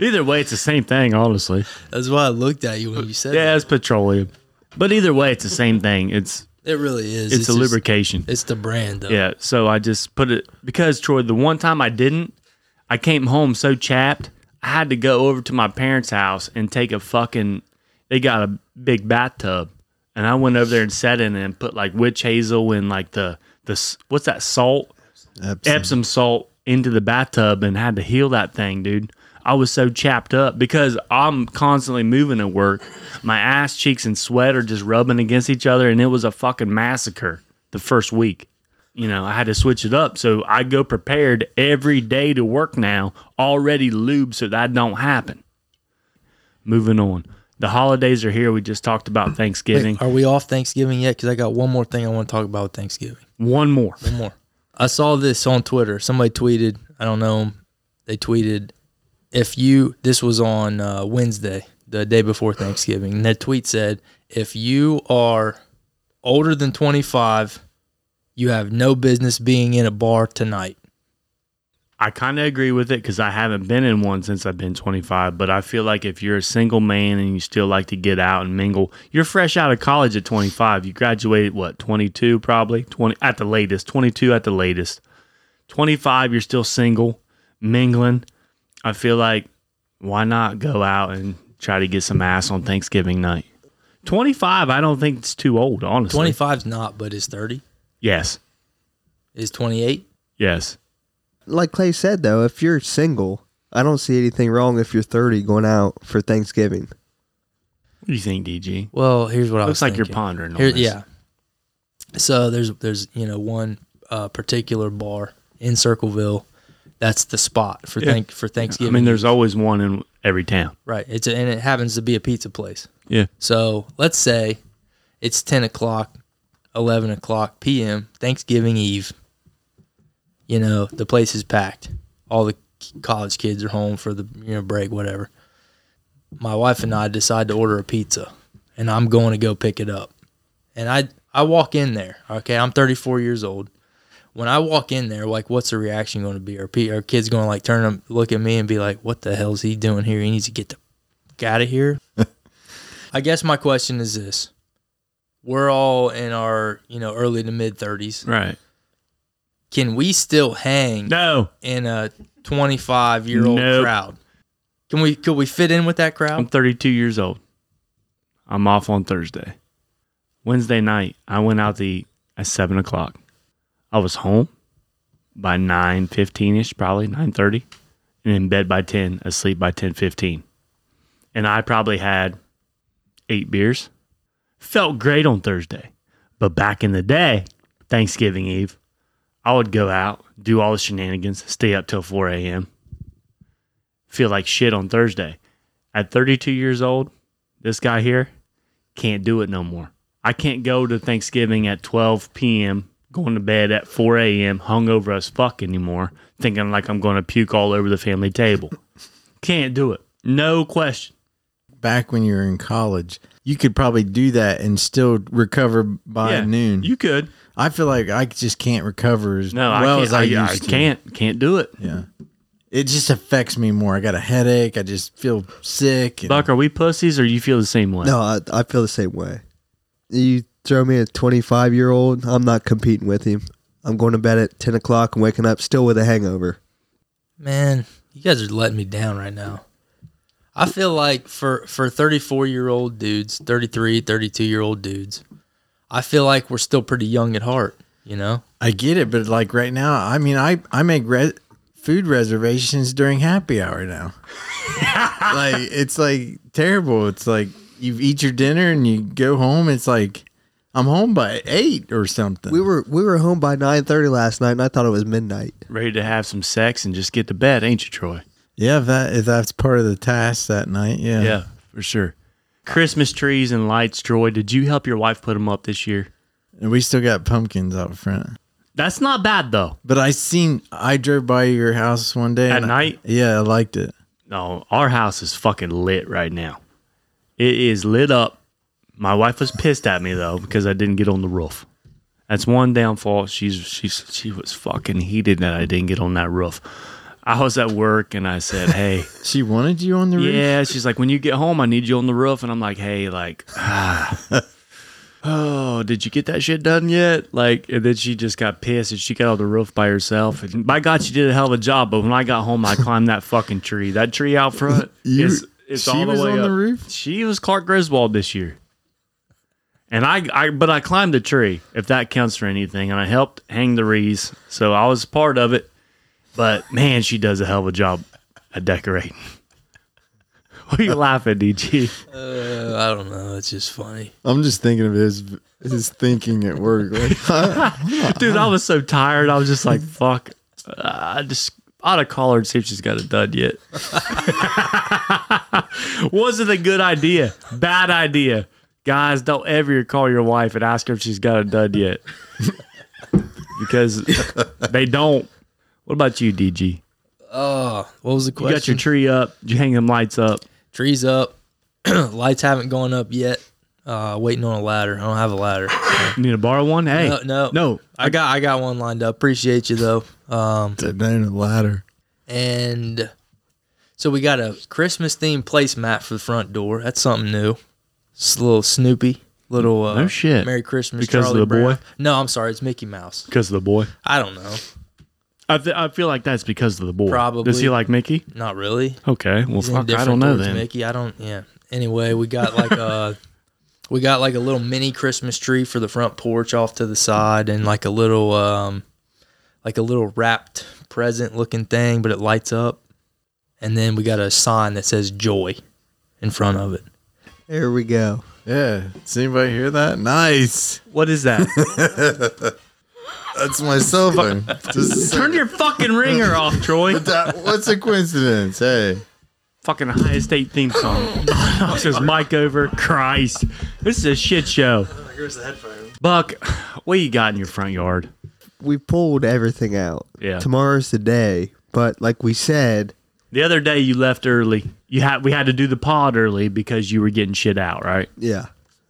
S1: Either way, it's the same thing. Honestly,
S2: That's why I looked at you when you said
S1: yeah, it's petroleum. But either way, it's the same thing. It's
S2: that. It really is.
S1: it's, a
S2: just-
S1: lubrication.
S2: It's the brand. Though.
S1: Yeah, so I just put it because Troy, the one time I didn't, I came home so chapped, I had to go over to my parents' house and take a fucking they got a big bathtub. And I went over there and sat in it and put like witch hazel and like the the s- what's that salt?
S3: Absolutely.
S1: Epsom salt into the bathtub and had to heal that thing, dude. I was so chapped up because I'm constantly moving at work. My ass cheeks and sweat are just rubbing against each other, and it was a fucking massacre the first week. You know, I had to switch it up. So I go prepared every day to work now, already lubed so that don't happen. Moving on. The holidays are here. We just talked about Thanksgiving.
S2: Wait, are we off Thanksgiving yet? Because I got one more thing I want to talk about with Thanksgiving.
S1: One more.
S2: One more. I saw this on Twitter. Somebody tweeted. I don't know. 'em. They tweeted, "If you this was on uh, Wednesday, the day before Thanksgiving." And that tweet said, "If you are older than 25, you have no business being in a bar tonight."
S1: I kind of agree with it because I haven't been in one since I've been 25. But I feel like if you're a single man and you still like to get out and mingle, you're fresh out of college at 25. You graduated what 22 probably 20 at the latest, 22 at the latest. 25, you're still single, mingling. I feel like why not go out and try to get some ass on Thanksgiving night? 25, I don't think it's too old, honestly.
S2: 25's not, but is 30,
S1: Yes,
S2: is 28.
S1: yes.
S4: Like Clay said though, if you're single, I don't see anything wrong if you're 30 going out for Thanksgiving.
S1: What do you think, DG?
S2: Well, here's what I was
S1: Looks like you're
S2: thinking.
S1: pondering on
S2: Here-
S1: this.
S2: yeah. So there's there's you know one uh, particular bar in Circleville, that's the spot for thank for
S1: I
S2: Thanksgiving.
S1: mean, there's always one in every town.
S2: right. It's a, and it happens to be a pizza place.
S1: Yeah.
S2: So let's say it's 10 o'clock, 11 o'clock p.m., Thanksgiving Eve. You know, the place is packed. All the k- college kids are home for the you know break, whatever. My wife and I decide to order a pizza, and I'm going to go pick it up. And I I walk in there. Okay, I'm 34 years old. When I walk in there, like, what's the reaction going to be? Are, pe- are kids going to like turn and look at me and be like, "What the hell's he doing here? He needs to get the out of here." I guess my question is this: We're all in our you know early to mid thirties.
S1: Right.
S2: Can we still hang
S1: No.
S2: in a twenty five year old
S1: Nope.
S2: crowd? Can we could we fit in with
S1: I'm
S2: that crowd?
S1: 32 years old. I'm off on Thursday. Wednesday night, I went out to eat at seven o'clock. I was home by nine fifteen ish, probably nine thirty, and in bed by ten, asleep by ten fifteen. And I probably had eight beers. Felt great on Thursday, but back in the day, Thanksgiving Eve, I would go out, do all the shenanigans, stay up till four a.m. Feel like shit on Thursday at 32 years old, this guy here can't do it no more. I can't go to Thanksgiving at 12 p.m., going to bed at 4 a.m., hungover as fuck anymore, thinking like I'm going to puke all over the family table. can't do it. No question.
S3: Back when you were in college, you could probably do that and still recover by noon.
S1: You could.
S3: I feel like I just can't recover as
S1: No,
S3: well
S1: I,
S3: as
S1: can't,
S3: I,
S1: I, I,
S3: used to.
S1: can't. Can't do it.
S3: Yeah. It just affects me more. I got a headache. I just feel sick. and-
S1: Buck, are we pussies or you feel the same way?
S4: No, I, I feel the same way. You throw me a 25 year old, I'm not competing with him. I'm going to bed at 10 o'clock and waking up still with a hangover.
S2: Man, you guys are letting me down right now. I feel like for for 34 year old dudes, 33, 32 year old dudes, I feel like we're still pretty young at heart, you know?
S3: I get it, but like right now, I mean, I I make re- food reservations during happy hour now. like it's like terrible. It's like you eat your dinner and you go home. It's like I'm home by eight or something.
S4: We were we were home by 9:30 last night and I thought it was midnight.
S1: Ready to have some sex and just get to bed, ain't you, Troy?
S3: yeah, if that if that's part of the task that night. Yeah,
S1: Yeah, for sure. Christmas trees and lights, Troy. Did you help your wife put them up this year?
S3: And we still got pumpkins out front.
S1: That's not bad though.
S3: But I seen I drove by your house one day
S1: At
S3: and I-
S1: night?
S3: yeah, I liked it.
S1: No, our house is fucking lit right now. It is lit up. My wife was pissed at me though because I didn't get on the roof. That's one downfall. She's she's she was fucking heated that I didn't get on that roof. I was at work and I said, "Hey,
S3: She wanted you on the roof.
S1: yeah." She's like, "When you get home, I need you on the roof." And I'm like, "Hey, like, ah, oh, did you get that shit done yet?" Like, and then she just got pissed and she got on the roof by herself. And by God, she did a hell of a job. But when I got home, I climbed that fucking tree. That tree out front
S3: You-
S1: is it's
S3: she
S1: all the
S3: was
S1: way
S3: on the
S1: up.
S3: roof?
S1: She was Clark Griswold this year. And I, I, but I climbed the tree, if that counts for anything, and I helped hang the wreaths, so I was part of it. But man, she does a hell of a job at decorating. What are you laughing, DG?
S2: Uh, I don't know. It's just funny.
S3: I'm just thinking of his his thinking at work. Like,
S1: Dude,
S2: Uh-huh.
S1: I was so tired. I was just like, fuck. Uh, I just ought to call her and see if she's got it done yet. Wasn't a good idea. Bad idea. Guys, don't ever call your wife and ask her if she's got it done yet. because they don't. What about you, DG? You
S2: Oh, what was the question?
S1: got your tree up. Did you hang them lights up?
S2: trees up lights haven't gone up yet uh waiting on a ladder i don't have a ladder
S1: You need to borrow one? Hey.
S2: no no
S1: No.
S2: i got i got one lined up appreciate you though um
S3: to down the ladder.
S2: And so we got a Christmas themed placemat for the front door. That's something new. It's a little Snoopy, little uh,
S1: No shit.
S2: Merry Christmas,
S1: Because of
S2: Charlie
S1: the boy?
S2: Brown. No, I'm sorry, it's Mickey Mouse.
S1: Because of the boy.
S2: I don't know.
S1: I, th- I feel like that's because of the boy.
S2: Probably.
S1: Does he like Mickey?
S2: Not really.
S1: Okay. Well,
S2: He's
S1: fuck. I
S2: indifferent
S1: don't know
S2: towards
S1: then.
S2: Mickey, I don't. Yeah. Anyway, we got like a we got like a little mini Christmas tree for the front porch off to the side, and like a little um like a little wrapped present looking thing, but it lights up. And then we got a sign that says "Joy" in front of it.
S4: There we go.
S3: Yeah. Does anybody hear that? Nice.
S2: What is that?
S3: That's my cell phone. Just
S1: Turn your fucking ringer off, Troy.
S3: that, what's a coincidence? Hey.
S1: fucking high estate theme song. Knocks his mic over. Christ. This is a shit show.
S2: Here's the headphone.
S1: Buck, what you got in your front yard?
S4: We pulled everything out.
S1: Yeah.
S4: Tomorrow's the day, but like we said,
S1: The other day you left early. You had we had to do the pod early because you were getting shit out, right?
S4: yeah.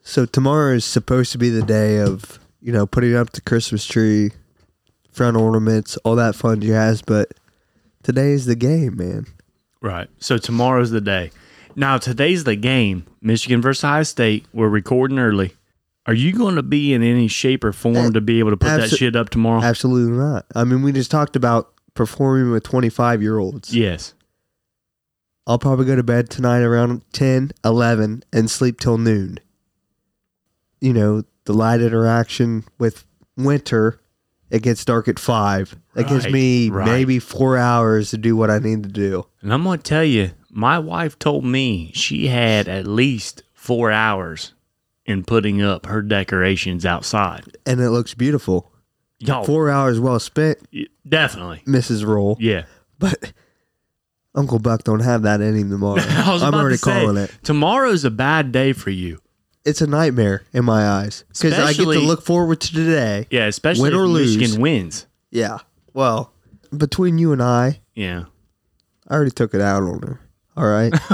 S4: So tomorrow is supposed to be the day of you know putting up the Christmas tree, front ornaments, all that fun jazz. But today is the game, man.
S1: Right. So tomorrow's the day. Now today's the game. Michigan versus High State. We're recording early. Are you going to be in any shape or form to be able to put that
S4: Abso-
S1: shit up tomorrow?
S4: Absolutely not. I mean, we just talked about performing with twenty five year olds.
S1: yes.
S4: I'll probably go to bed tonight around 10, 11, and sleep till noon. You know, the light interaction with winter, it gets dark at 5. That gives
S1: Right,
S4: me
S1: right.
S4: maybe four hours to do what I need to do.
S1: And I'm going to tell you, my wife told me she had at least four hours in putting up her decorations outside.
S4: And it looks beautiful.
S1: Y'all,
S4: Four hours well spent,
S1: definitely.
S4: Mrs. Roll.
S1: Yeah.
S4: But Uncle Buck don't have that in him tomorrow.
S1: I was
S4: I'm
S1: about
S4: already
S1: to say,
S4: calling it.
S1: Tomorrow's a bad day for you.
S4: It's a nightmare in my eyes because I get to
S1: Especially-
S4: look forward to today.
S1: Yeah, especially
S4: Win
S1: if
S4: or lose.
S1: Michigan wins.
S4: Yeah. Well, between you and I,
S1: Yeah.
S4: I already took it out on her. All right.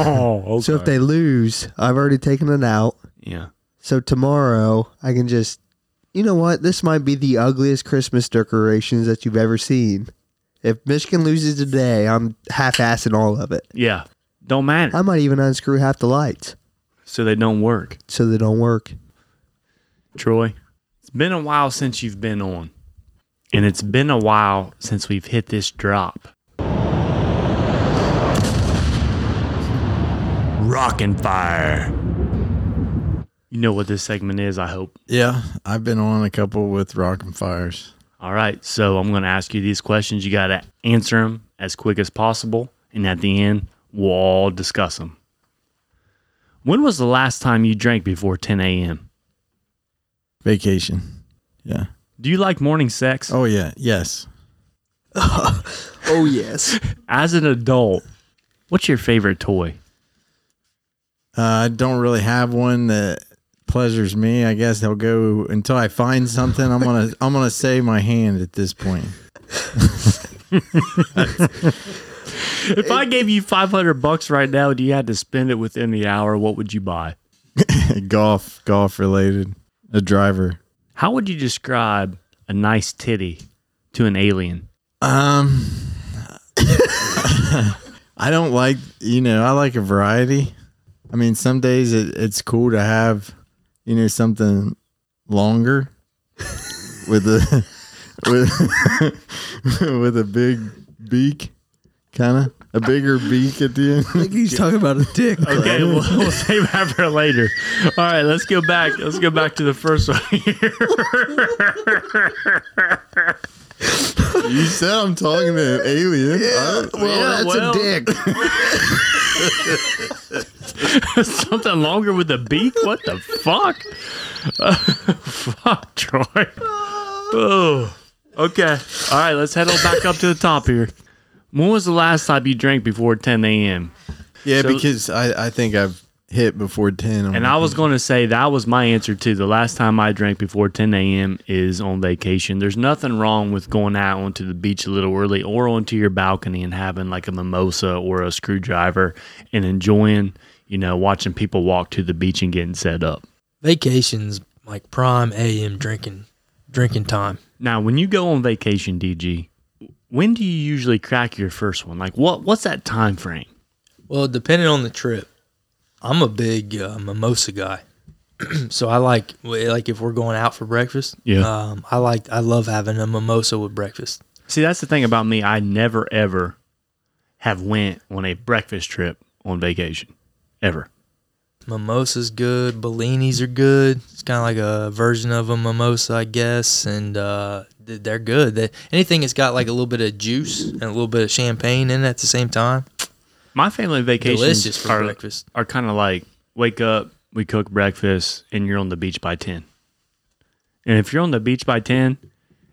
S1: Oh, okay.
S4: So if they lose, I've already taken it out.
S1: yeah.
S4: So tomorrow I can just, you know what? This might be the ugliest Christmas decorations that you've ever seen. If Michigan loses today, I'm half-assing all of it.
S1: Yeah. Don't matter.
S4: I might even unscrew half the lights
S1: so they don't work.
S4: so they don't work.
S1: Troy, it's been a while since you've been on. And it's been a while since we've hit this drop. Rockin' fire. You know what this segment is, I hope.
S3: Yeah. I've been on a couple with Rock and Fires.
S1: All right, so I'm going to ask you these questions. You got to answer them as quick as possible, and at the end, we'll all discuss them. When was the last time you drank before 10 a.m.?
S3: Vacation. Yeah.
S1: Do you like morning sex?
S3: Oh yeah. Yes.
S4: Oh yes.
S1: As an adult, what's your favorite toy?
S3: Uh, I don't really have one that pleasures me. I guess I'll go until I find something. I'm gonna I'm gonna say my hand at this point.
S1: If I gave you 500 bucks right now and you had to spend it within the hour, what would you buy?
S3: golf, golf related. A driver.
S1: How would you describe a nice titty to an alien?
S3: Um, I don't like you know I like a variety. I mean, some days it, it's cool to have you know something longer with a with with a big beak, kind of a bigger beak at the end.
S4: I think he's talking about a dick.
S1: Okay, we'll, we'll save that for later. All right, let's go back. Let's go back to the first one here.
S3: You said I'm talking to an alien. I don't-
S1: Yeah,
S4: well, that's
S1: well.
S4: a dick.
S1: Something longer with a beak? What the fuck? Uh, fuck, Troy. Oh, okay. All right, let's head on back up to the top here. When was the last time you drank before 10 a.m.?
S3: yeah,
S1: So-
S3: because I, I think I've hit before ten. on-
S1: And I was going to say that was my answer too. The last time I drank before 10 a.m. is on vacation. There's nothing wrong with going out onto the beach a little early or onto your balcony and having like a mimosa or a screwdriver and enjoying, you know, watching people walk to the beach and getting set up.
S2: Vacations like prime AM drinking drinking time.
S1: Now, when you go on vacation, DG, when do you usually crack your first one? Like what what's that time frame?
S2: Well, depending on the trip, I'm a big uh, mimosa guy, so I like like if we're going out for breakfast.
S1: Yeah.
S2: um, I like I love having a mimosa with breakfast.
S1: See, that's the thing about me. I never ever have went on a breakfast trip on vacation. Ever.
S2: Mimosa's good. Bellinis are good. It's kind of like a version of a mimosa, I guess, and uh, th- they're good. They, anything that's got like a little bit of juice and a little bit of champagne in it at the same time,
S1: My family vacations
S2: delicious for
S1: are,
S2: breakfast.
S1: are kind of like wake up, we cook breakfast, and you're on the beach by 10. And if you're on the beach by 10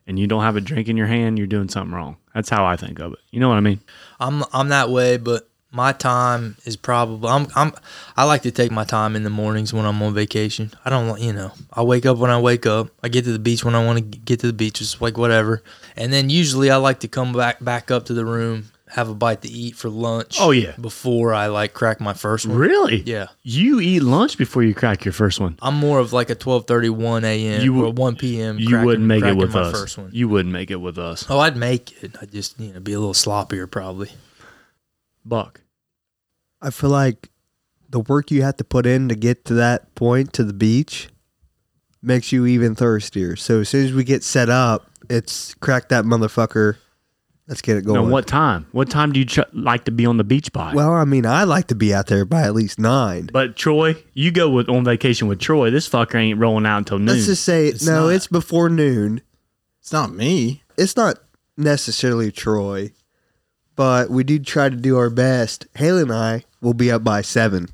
S1: and you don't have a drink in your hand, you're doing something wrong. That's how I think of it. You know what I mean?
S2: I'm I'm that way, but my time is probably I'm I'm I like to take my time in the mornings when I'm on vacation. I don't like you know I wake up when I wake up. I get to the beach when I want to get to the beach. It's like whatever. And then usually I like to come back back up to the room, have a bite to eat for lunch.
S1: Oh, yeah.
S2: before I like crack my first one.
S1: Really?
S2: Yeah,
S1: You eat lunch before you crack your first one.
S2: I'm more of like a 12:30 1 a.m.
S1: You
S2: or
S1: would-
S2: 1 p.m.
S1: You
S2: cracking-
S1: wouldn't make it
S2: cracking
S1: with
S2: my
S1: us.
S2: First one.
S1: You wouldn't make it with us.
S2: Oh, I'd make it. I'd just you know be a little sloppier probably.
S1: Buck.
S4: I feel like the work you have to put in to get to that point to the beach makes you even thirstier. So as soon as we get set up, it's crack that motherfucker. Let's get it
S1: Now,
S4: going.
S1: what time? What time do you ch- like to be on the beach by?
S4: Well, I mean, I like to be out there by at least nine.
S1: but Troy, you go with on vacation with Troy. This fucker ain't rolling out until noon.
S4: Let's just say no.
S3: not.
S4: It's before noon.
S3: It's not me.
S4: It's not necessarily Troy, but we do try to do our best. Haley and I will be up by seven,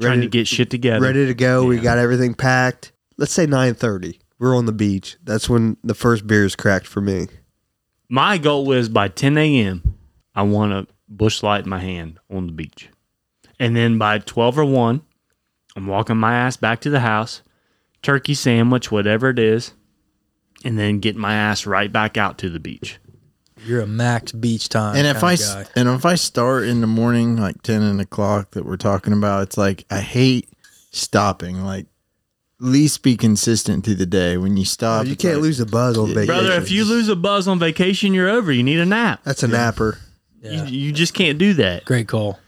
S1: trying to
S4: ready-
S1: get shit together.
S4: ready to go. We got everything packed. Let's say nine thirty. We're on the beach. That's when the first beer is cracked for me.
S1: My goal is by 10 a.m. I want a bush light in my hand on the beach, and then by 12 or one, I'm walking my ass back to the house, turkey sandwich, whatever it is, and then get my ass right back out to the beach.
S2: You're a max beach time.
S3: and if
S2: kinda
S3: I
S2: guy.
S3: s- and if I start in the morning like ten and o'clock that we're talking about, it's like I hate stopping. Like, at least be consistent through the day. When you stop,
S4: you
S3: it's
S4: can't
S3: like-
S4: lose the buzz on vacation.
S1: Brother, if you lose a buzz on vacation, you're over. You need a nap.
S4: that's a napper.
S1: You,
S2: yeah.
S1: you just can't do that.
S2: Great call.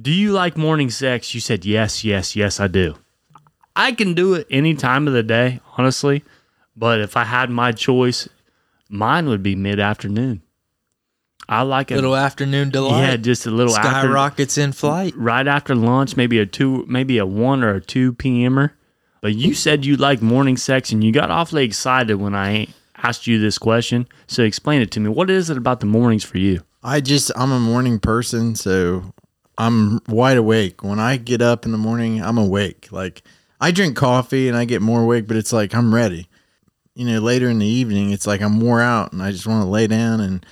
S1: Do you like morning sex? You said yes, yes, yes, I do. I can do it any time of the day, honestly. But if I had my choice, mine would be mid afternoon. I like it.
S2: Little afternoon delight.
S1: yeah, just a little after-
S2: skyrockets in flight.
S1: right after lunch, maybe a two, maybe a one or a two p.m.er. But you said you like morning sex, and you got awfully excited when I asked you this question. So explain it to me. What is it about the mornings for you?
S3: I just I'm a morning person, so I'm wide awake. When I get up in the morning, I'm awake. Like I drink coffee and I get more awake, but it's like I'm ready. You know, later in the evening, it's like I'm wore out and I just want to lay down and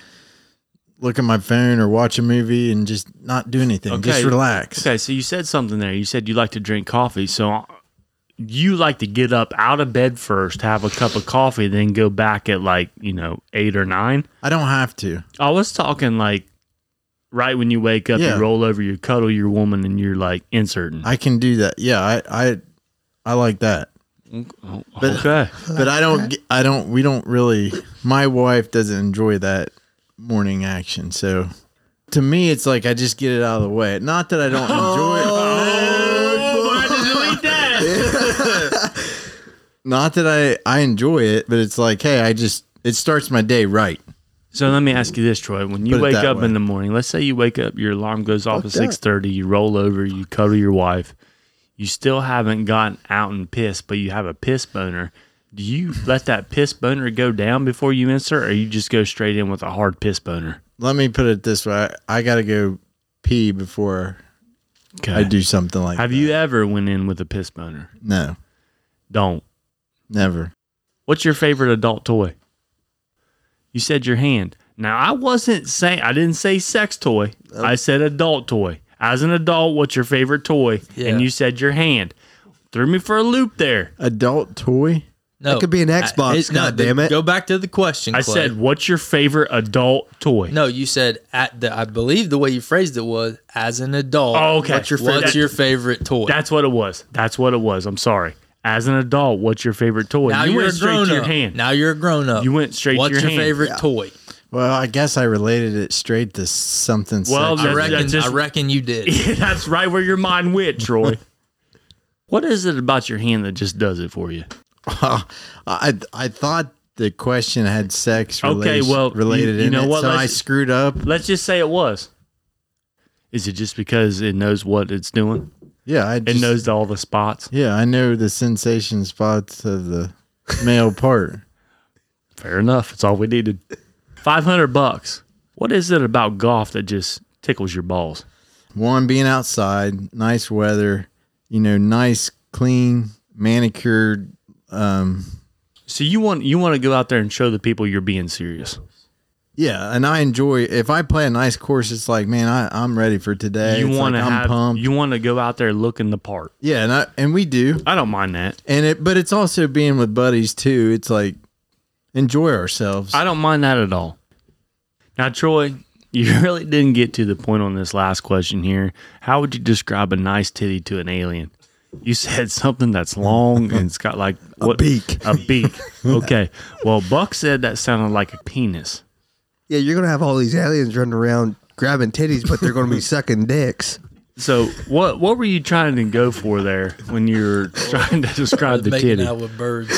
S3: look at my phone or watch a movie and just not do anything.
S1: Okay.
S3: Just relax.
S1: Okay, so you said something there. You said you like to drink coffee. So you like to get up out of bed first, have a cup of coffee, then go back at like, you know, eight or nine.
S3: I don't have to.
S1: I was talking like right when you wake up,
S3: Yeah.
S1: you roll over, you cuddle your woman, and you're like inserting.
S3: I can do that. Yeah, I I I like that.
S1: Oh, okay.
S3: but I don't. get- I don't. We don't really. My wife doesn't enjoy that morning action. So to me, it's like I just get it out of the way. Not that I don't enjoy it. Not that I I enjoy it, but it's like, hey, I just it starts my day right.
S1: So let me ask you this, Troy. When you
S3: Put it
S1: wake
S3: that
S1: up
S3: way.
S1: in the morning, let's say you wake up, your alarm goes off at
S4: that.
S1: six thirty, you roll over, you cuddle your wife, you still haven't gotten out and pissed, but you have a piss boner. Do you let that piss boner go down before you insert, or you just go straight in with a hard piss boner?
S3: Let me put it this way: I, I gotta go pee before
S1: Okay.
S3: I do something like.
S1: Have
S3: that.
S1: you ever went in with a piss boner?
S3: No,
S1: Don't.
S3: never.
S1: What's your favorite adult toy? You said your hand. Now I wasn't saying I didn't say sex toy. I said adult toy. As an adult, what's your favorite toy?
S2: Yeah.
S1: And you said your hand. Threw me for a loop there.
S3: Adult toy.
S2: No, Uh,
S4: That could be an Xbox, God damn
S2: the-
S4: it.
S2: Go back to the question.
S1: I
S2: Clay.
S1: said, "What's your favorite adult toy?"
S2: no. You said at the. I believe the way you phrased it was as an adult.
S1: Oh, okay.
S2: What's your
S1: That-
S2: what's your favorite toy?
S1: That's what it was. That's what it was. I'm sorry. As an adult, what's your favorite toy?
S2: now
S1: you
S2: are
S1: went
S2: a
S1: straight
S2: grown
S1: to
S2: up.
S1: your hand.
S2: Now you're a grown up.
S1: You went straight to
S2: What's
S1: your hand.
S2: favorite toy?
S3: Well, I guess I related it straight to something.
S1: Well,
S2: I
S3: sexual.
S1: That's-
S2: reckon.
S1: that's just-
S2: I reckon you did.
S1: Yeah, that's right where your mind went, Troy. what is it about your hand that just does it for you?
S3: Well, I I thought the question had sex.
S1: Okay,
S3: relation-
S1: well, you-
S3: related.
S1: you
S3: in
S1: know
S3: it,
S1: what?
S3: So
S1: Let's-
S3: I screwed up.
S1: Let's just say it was. Is it just because it knows what it's doing?
S3: Yeah, I
S1: It
S3: just,
S1: knows all the spots.
S3: Yeah, I know the sensation spots of the male part.
S1: Fair enough. It's all we needed. Five hundred bucks. What is it about golf that just tickles your balls?
S3: One being outside, nice weather, you know, nice, clean, manicured. Um,
S1: So you want you want to go out there and show the people you're being serious.
S3: yeah, and I enjoy. If I play a nice course, it's like, man, I, I'm ready for today.
S1: you
S3: It's
S1: want
S3: like,
S1: to
S3: I'm
S1: have
S3: pumped.
S1: you want to go out there looking the part.
S3: yeah, and I, and we do,
S1: I don't mind that.
S3: and it, but it's also being with buddies too. It's like enjoy ourselves.
S1: I don't mind that at all. Now, Troy, you really didn't get to the point on this last question here. How would you describe a nice titty to an alien? You said something that's long and it's got like what, Uh,
S4: beak.
S1: A beak. Okay. Well, Buck said that sounded like a penis.
S4: Yeah, you're gonna have all these aliens running around grabbing titties, but they're gonna be sucking dicks.
S1: So what what were you trying to go for there when you were trying to describe the
S2: Making
S1: titty?
S2: out with birds.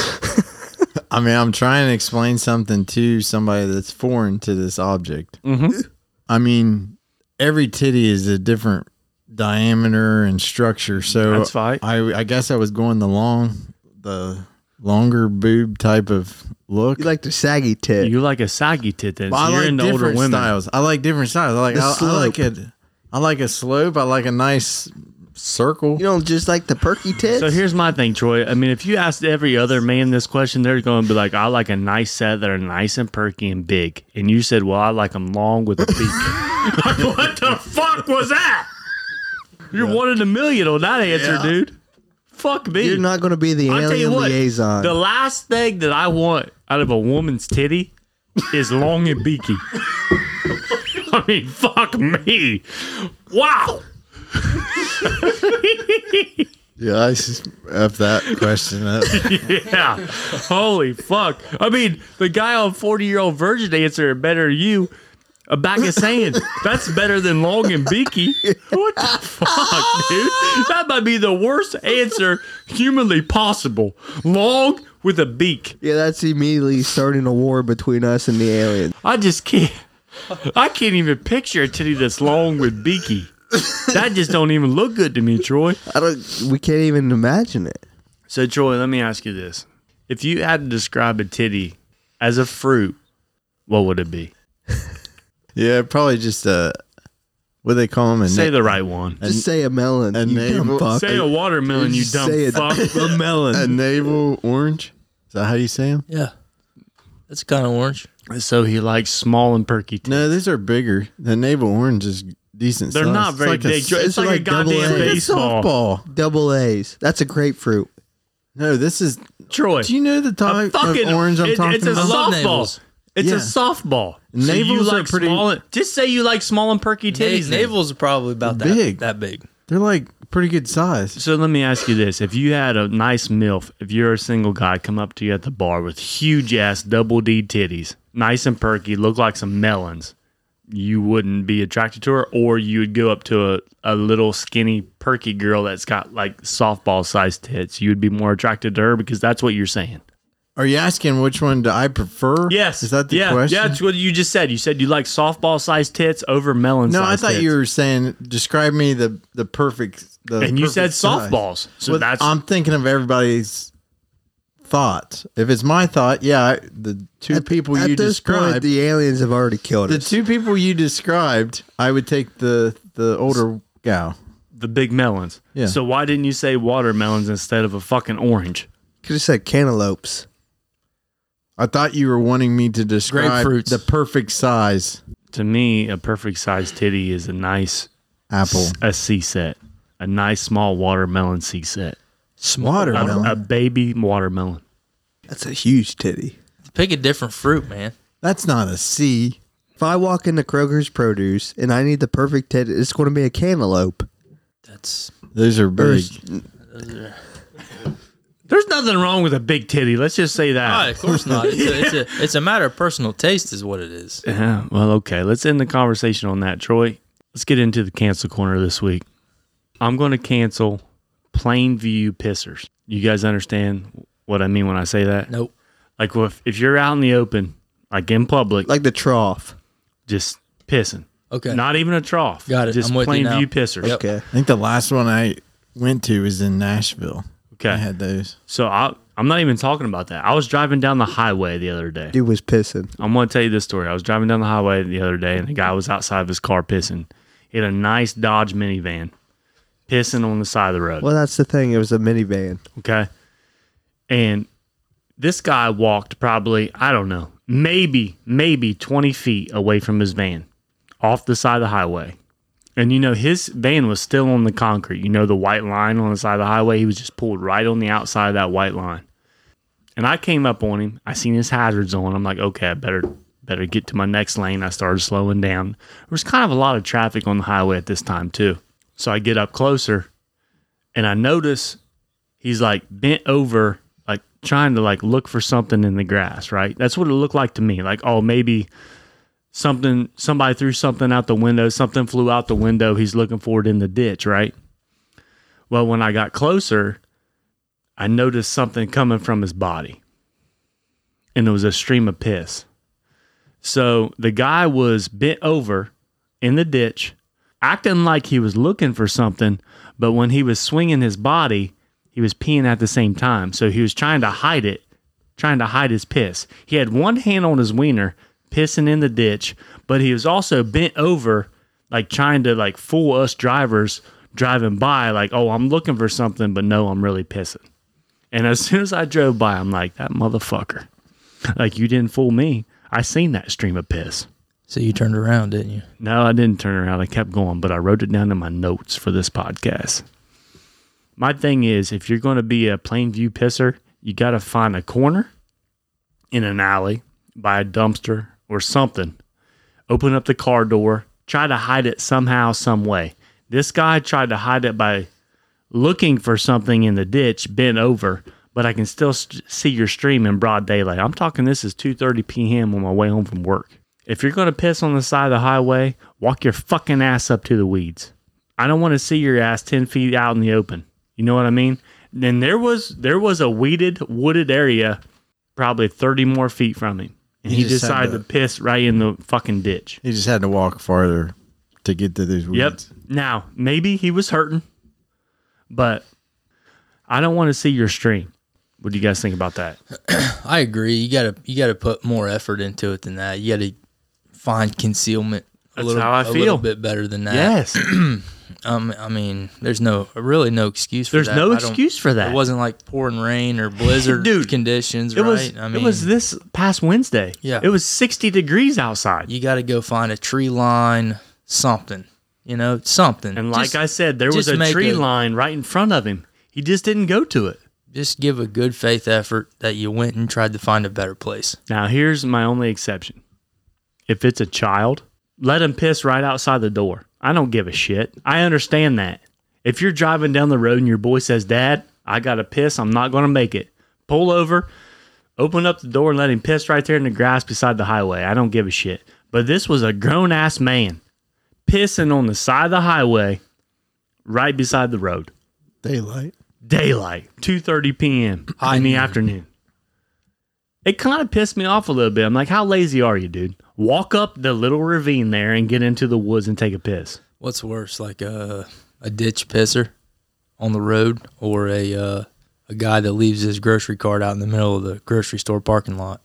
S3: I mean, I'm trying to explain something to somebody that's foreign to this object.
S1: Mhm.
S3: I mean, every titty is a different diameter and structure. So
S1: That's fine.
S3: I, I guess I was going the long, the longer boob type of look.
S4: You like the saggy tit.
S1: You like a saggy tit then.
S3: But
S1: So
S3: I
S1: you're
S3: like
S1: into
S3: different
S1: older women.
S3: styles. I like different styles. I like
S4: The
S3: I, I like
S4: slope.
S3: a, I like a slope. I like a nice circle.
S4: You don't just like the perky tits.
S1: So here's my thing, Troy. I mean, if you asked every other man this question, they're going to be like, "I like a nice set that are nice and perky and big," and you said, "Well, I like them long with a beak." Like, what the fuck was that? You're one in a million on that answer,
S3: Yeah.
S1: dude. Fuck me.
S4: you're not gonna be the
S1: I'll tell you
S4: alien
S1: what,
S4: liaison.
S1: The last thing that I want out of a woman's titty is long and beaky. I mean, fuck me. Wow.
S3: Yeah, I s- f that question up.
S1: Yeah. Holy fuck. I mean, the guy on 40 year old virgin answer it better than you. A back of sand. That's better than long and beaky. What the fuck, dude? That might be the worst answer humanly possible. Long with a beak.
S4: yeah, that's immediately starting a war between us and the aliens.
S1: I just can't. I can't even picture a titty that's long with beaky. That just don't even look good to me, Troy.
S4: I don't. We can't even imagine it.
S1: So, Troy, let me ask you this: If you had to describe a titty as a fruit, what would it be?
S3: Yeah, probably just uh, what do they call them?
S1: Say the right one.
S4: Just say a melon.
S3: a
S4: you
S3: navel-
S4: dumb fuck.
S1: Say a watermelon, you
S4: Just
S1: dumb
S4: say it.
S1: fuck.
S3: a melon, a navel orange. Is that how you say them?
S2: Yeah, that's kind of orange.
S1: So he likes small and perky. titties.
S3: No, these are bigger. The navel orange is decent.
S1: They're
S3: size.
S1: not
S3: It's
S1: very
S3: like a
S1: big.
S3: s-
S1: It's, like, a
S4: double
S1: goddamn
S4: A.
S3: it's like a
S1: baseball.
S3: softball.
S4: Double A's. That's a grapefruit.
S3: No, this is.
S1: Troy,
S3: Do you know the
S1: a
S3: type
S1: fucking
S3: of orange I'm
S1: it-
S3: talking
S1: It's a
S3: about?
S2: love
S1: softball.
S2: navels.
S1: It's a
S3: Yeah.
S1: softball. so you
S3: Navels are
S1: like
S3: pretty-
S1: small. and- just say you like small and perky titties.
S2: Titties,
S1: then.
S2: navels are probably about that
S3: Big.
S2: big. That big.
S3: They're like pretty good size.
S1: So let me ask you this: If you had a nice milf, if you're a single guy, come up to you at the bar with huge ass double D titties, nice and perky, look like some melons, you wouldn't be attracted to her, or you would go up to a, a little skinny perky girl that's got like softball sized tits. You would be more attracted to her because that's what you're saying.
S3: Are you asking which one do I prefer?
S1: Yes,
S3: Is that the
S1: yeah,
S3: question?
S1: Yeah, that's what you just said. You said you like softball sized tits over melon.
S3: no, I thought you were saying describe me the the perfect. The
S1: And you said
S3: perfect size.
S1: softballs, so
S3: Well,
S1: that's
S3: I'm thinking of everybody's thought. If it's my thought, yeah, I, the two people
S4: At
S3: you
S4: this point,
S3: described,
S4: the aliens have already killed
S3: the
S4: us.
S3: two people you described, I would take the the older gal.
S1: the big melons.
S3: Yeah.
S1: So why didn't you say watermelons instead of a fucking orange?
S4: Could have said cantaloupes.
S3: I thought you were wanting me to describe
S2: Grapefruits.
S3: the perfect size
S1: To me, a perfect sized titty is a nice
S3: apple.
S1: a C set, a nice small watermelon C set,
S2: Smarter.
S1: a,
S3: Watermelon.
S1: a baby watermelon.
S4: That's a huge titty.
S2: Pick a different fruit, man.
S3: That's not a C.
S4: If I walk into Kroger's produce and I need the perfect titty, it's going to be a cantaloupe.
S2: That's
S3: Those are
S4: Or
S3: big.
S4: s-
S1: There's nothing wrong with a big titty. Let's just say that.
S2: of course not. It's, a, it's, a, it's a matter of personal taste, is what it is.
S1: Yeah, well, okay. Let's end the conversation on that, Troy. Let's get into the cancel corner this week. I'm going to cancel plain view pissers. You guys understand what I mean when I say that?
S2: Nope.
S1: Like, well, if, if you're out in the open, like in public,
S4: Like the trough.
S1: just pissing.
S2: Okay.
S1: Not even a trough.
S2: Got it.
S1: Just
S2: I'm with you
S1: plain
S2: now.
S1: view pissers.
S2: Yep.
S4: Okay.
S3: I think the last one I went to was in Nashville. I
S1: Okay.
S3: had those.
S1: So I, I'm not even talking about that. I was driving down the highway the other day.
S4: Dude was pissing.
S1: I'm going to tell you this story. I was driving down the highway the other day, and the guy was outside of his car pissing. He had a nice Dodge minivan, pissing on the side of the road.
S4: Well, that's the thing. It was a minivan.
S1: Okay. And this guy walked probably, I don't know, maybe, maybe 20 feet away from his van off the side of the highway. And you know, his van was still on the concrete. You know, the white line on the side of the highway. He was just pulled right on the outside of that white line. And I came up on him. I seen his hazards on. I'm like, okay, I better better get to my next lane. I started slowing down. There was kind of a lot of traffic on the highway at this time too. So I get up closer and I notice he's like bent over like trying to like look for something in the grass right that's what it looked like to me like oh maybe something somebody threw something out the window something flew out the window he's looking for it in the ditch right well when i got closer i noticed something coming from his body and it was a stream of piss so the guy was bent over in the ditch acting like he was looking for something, but when he was swinging his body, he was peeing at the same time. So he was trying to hide it, trying to hide his piss. He had one hand on his wiener, pissing in the ditch, but he was also bent over, like trying to like fool us drivers driving by, like, oh, I'm looking for something, but no, I'm really pissing. And as soon as I drove by, I'm like, that motherfucker. Like you didn't fool me. I seen that stream of piss.
S2: So you turned around, didn't you?
S1: No, I didn't turn around. I kept going, but I wrote it down in my notes for this podcast. My thing is, if you're going to be a plain view pisser, you got to find a corner in an alley by a dumpster or something. Open up the car door, try to hide it somehow, some way. This guy tried to hide it by looking for something in the ditch, bent over, but I can still st- see your stream in broad daylight. I'm talking this is 2:30 p.m. on my way home from work. If you're going to piss on the side of the highway, walk your fucking ass up to the weeds. I don't want to see your ass 10 feet out in the open. You know what I mean? Then there was there was a weeded wooded area probably 30 more feet from him. And
S3: He
S1: he,
S3: just had
S1: decided
S3: to-
S1: to piss right in the fucking ditch.
S3: He just had to walk farther to get to those
S1: Yep.
S3: weeds.
S1: Now, maybe he was hurting, but I don't want to see your stream. What do you guys think about that?
S2: I agree. You gotta you gotta put more effort into it than that. You gotta find concealment a
S1: That's
S2: little
S1: how I
S2: a
S1: feel.
S2: little bit better than that.
S1: Yes.
S2: Um, I mean, there's no really no excuse for
S1: There's
S2: that.
S1: no
S2: I don't-
S1: excuse for that.
S2: It wasn't like pouring rain or blizzard
S1: Dude,
S2: conditions,
S1: It
S2: right?
S1: was
S2: I mean,
S1: it was this past Wednesday.
S2: Yeah.
S1: It was 60 degrees outside.
S2: you got to go find a tree line, something, you know, something.
S1: and like
S2: just,
S1: I said, there was
S2: just
S1: a
S2: make
S1: tree
S2: a-
S1: line right in front of him. He just didn't go to it.
S2: just give a good faith effort that you went and tried to find a better place.
S1: Now, here's my only exception. If it's a child, let him piss right outside the door. I don't give a shit. I understand that. If you're driving down the road and your boy says, Dad, I got to piss, I'm not going to make it, pull over, open up the door, and let him piss right there in the grass beside the highway. I don't give a shit. But this was a grown ass man pissing on the side of the highway right beside the road.
S3: Daylight.
S1: Daylight, 2.30 p.m.
S2: High
S1: in the
S2: noon.
S1: afternoon. It kind of pissed me off a little bit. I'm like, how lazy are you, dude? Walk up the little ravine there and get into the woods and take a piss.
S2: What's worse, like a a ditch pisser on the road, or a uh, a guy that leaves his grocery cart out in the middle of the grocery store parking lot?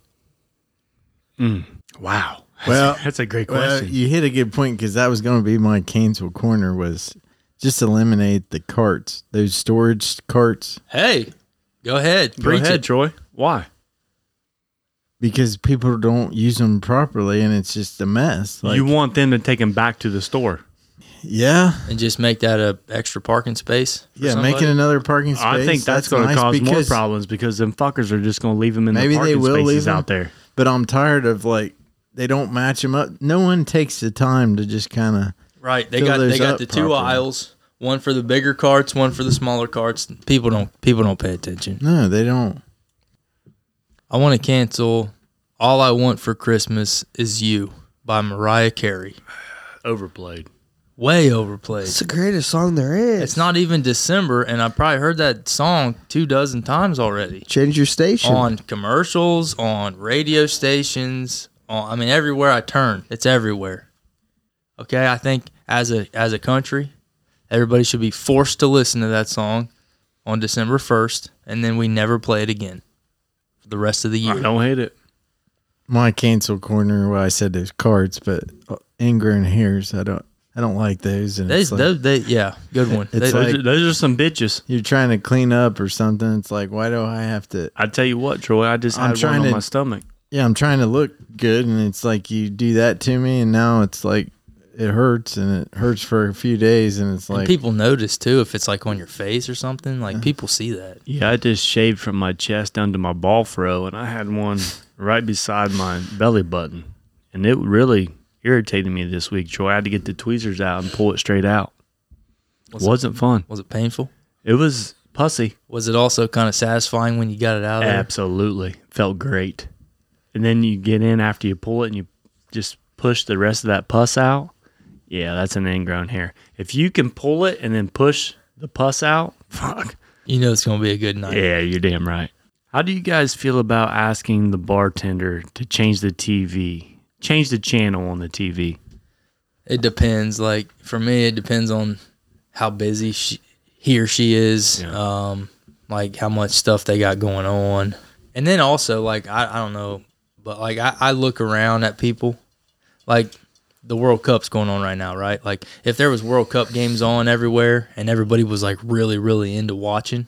S1: Wow.
S3: Well,
S1: That's a great
S3: Well,
S1: question.
S3: you hit a good point because that was going to be my cancel corner was just eliminate the carts, those storage carts,
S2: Hey, go ahead,
S1: Go
S2: preach
S1: ahead,
S2: it.
S1: Troy. Why?
S3: because people don't use them properly and it's just a mess. Like,
S1: you want them to take him back to the store.
S3: yeah,
S2: and just make that a extra parking space. for
S3: yeah,
S2: somebody.
S3: making another parking space.
S1: I think that's, going
S3: nice
S1: to cause more
S3: because-
S1: problems because them fuckers are just going to leave him in
S3: Maybe
S1: the
S3: they
S1: parking
S3: will
S1: spaces
S3: leave 'em.
S1: out there.
S3: But I'm tired of like they don't match them up. No one takes the time to just kind of
S2: Right. They
S3: Fill
S2: got
S3: those
S2: they
S3: up
S2: got the two
S3: properly.
S2: aisles. One for the bigger carts, one for the smaller carts. People don't people don't pay attention.
S3: No, they don't.
S2: I want to cancel All I Want for Christmas Is You by Mariah Carey.
S1: Overplayed.
S2: Way overplayed.
S4: It's the greatest song there is.
S2: It's not even December, and I probably heard that song two dozen times already.
S4: Change your station.
S2: On commercials, on radio stations, on I mean everywhere I turn, it's everywhere. Okay, I think as a as a country, everybody should be forced to listen to that song on December first, and then we never play it again for the rest of the
S1: I
S2: year.
S1: don't hate it.
S3: My cancel corner. Well, I said those cards, but uh, ingrown hairs. I don't. I don't like those. And
S2: They,
S3: it's like,
S2: they, they, yeah, good one.
S3: It's
S2: They-
S1: Those,
S3: like-
S1: are, those are some bitches.
S3: you're trying to clean up or something. It's like, why do I have to?
S1: I tell you what, Troy, I just had
S3: I'm
S1: one
S3: trying
S1: on
S3: to-
S1: my stomach.
S3: Yeah, I'm trying to look good, and it's like you do that to me, and now it's like it hurts, and it hurts for a few days, and it's
S2: and
S3: like
S2: people notice too if it's like on your face or something. Like people see that.
S1: Yeah, I just shaved from my chest down to my ball fro, and I had one right beside my belly button, and it really irritated me this week, Troy. I had to get the tweezers out and pull it straight out.
S2: Was it-
S1: Wasn't fun.
S2: Was it painful?
S1: It was pussy.
S2: Was it also kind of satisfying when you got it out of there?
S1: Absolutely. Felt great. And then you get in after you pull it and you just push the rest of that pus out. Yeah, that's an ingrown hair. If you can pull it and then push the pus out, fuck.
S2: You know it's gonna be a good night.
S1: Yeah, you're damn right. How do you guys feel about asking the bartender to change the TV, change the channel on the TV?
S2: It depends. Like for me, it depends on how busy she, he or she is. Um, like how much stuff they got going on, and then also like I, I don't know, but like I, I look around at people, like the World Cup's going on right now, right? Like if there was World Cup games on everywhere and everybody was like really really into watching,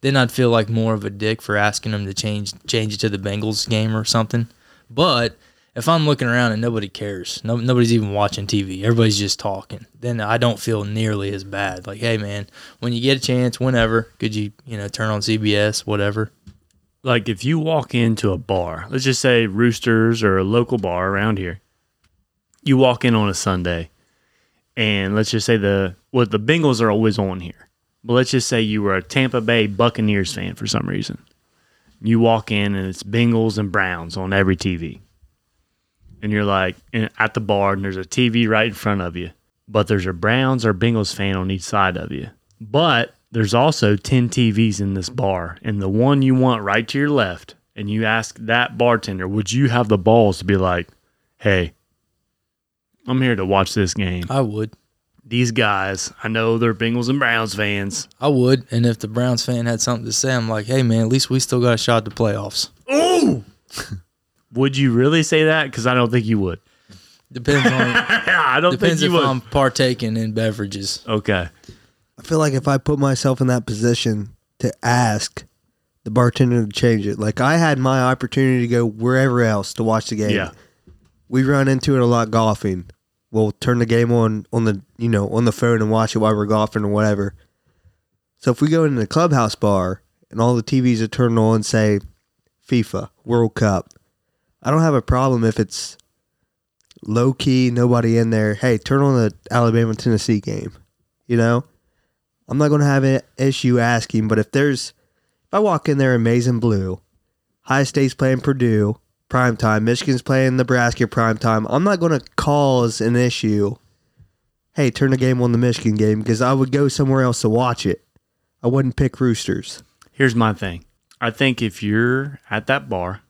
S2: then I'd feel like more of a dick for asking them to change change it to the Bengals game or something. But if I'm looking around and nobody cares, no, nobody's even watching TV, everybody's just talking, then I don't feel nearly as bad. Like, hey man, when you get a chance, whenever, could you you know turn on CBS, whatever?
S1: Like if you walk into a bar, let's just say Roosters or a local bar around here, you walk in on a Sunday, and let's just say the well the Bengals are always on here, but let's just say you were a Tampa Bay Buccaneers fan for some reason. You walk in and it's Bengals and Browns on every TV, and you're like in- at the bar and there's a TV right in front of you, but there's a Browns or Bengals fan on each side of you, but there's also ten TVs in this bar, and the one you want right to your left, and you ask that bartender, would you have the balls to be like, hey? I'm here to watch this game
S2: I would,
S1: these guys, I know they're Bengals and Browns fans.
S2: I would. And if the Browns fan had something to say, I'm like, hey man, at least we still got a shot at the playoffs.
S1: Would you really say that? Because I don't think you would.
S2: Depends on
S1: I don't
S2: depends
S1: think
S2: if
S1: you would.
S2: I'm partaking in beverages.
S1: okay.
S4: I feel like if I put myself in that position to ask the bartender to change it, like I had my opportunity to go wherever else to watch the game.
S1: Yeah.
S4: We run into it a lot golfing. We'll turn the game on on the you know on the phone and watch it while we're golfing or whatever. So if we go into the clubhouse bar and all the TVs are turned on, say FIFA World Cup, I don't have a problem if it's low key, nobody in there. Hey, turn on the Alabama Tennessee game. You know, I'm not going to have an issue asking, but if there's, if I walk in there in maize and blue, High State's playing Purdue prime time, Michigan's playing Nebraska prime time, I'm not going to cause an issue. Hey, turn the game on the Michigan game because I would go somewhere else to watch it. I wouldn't pick Roosters.
S1: Here's my thing I think if you're at that bar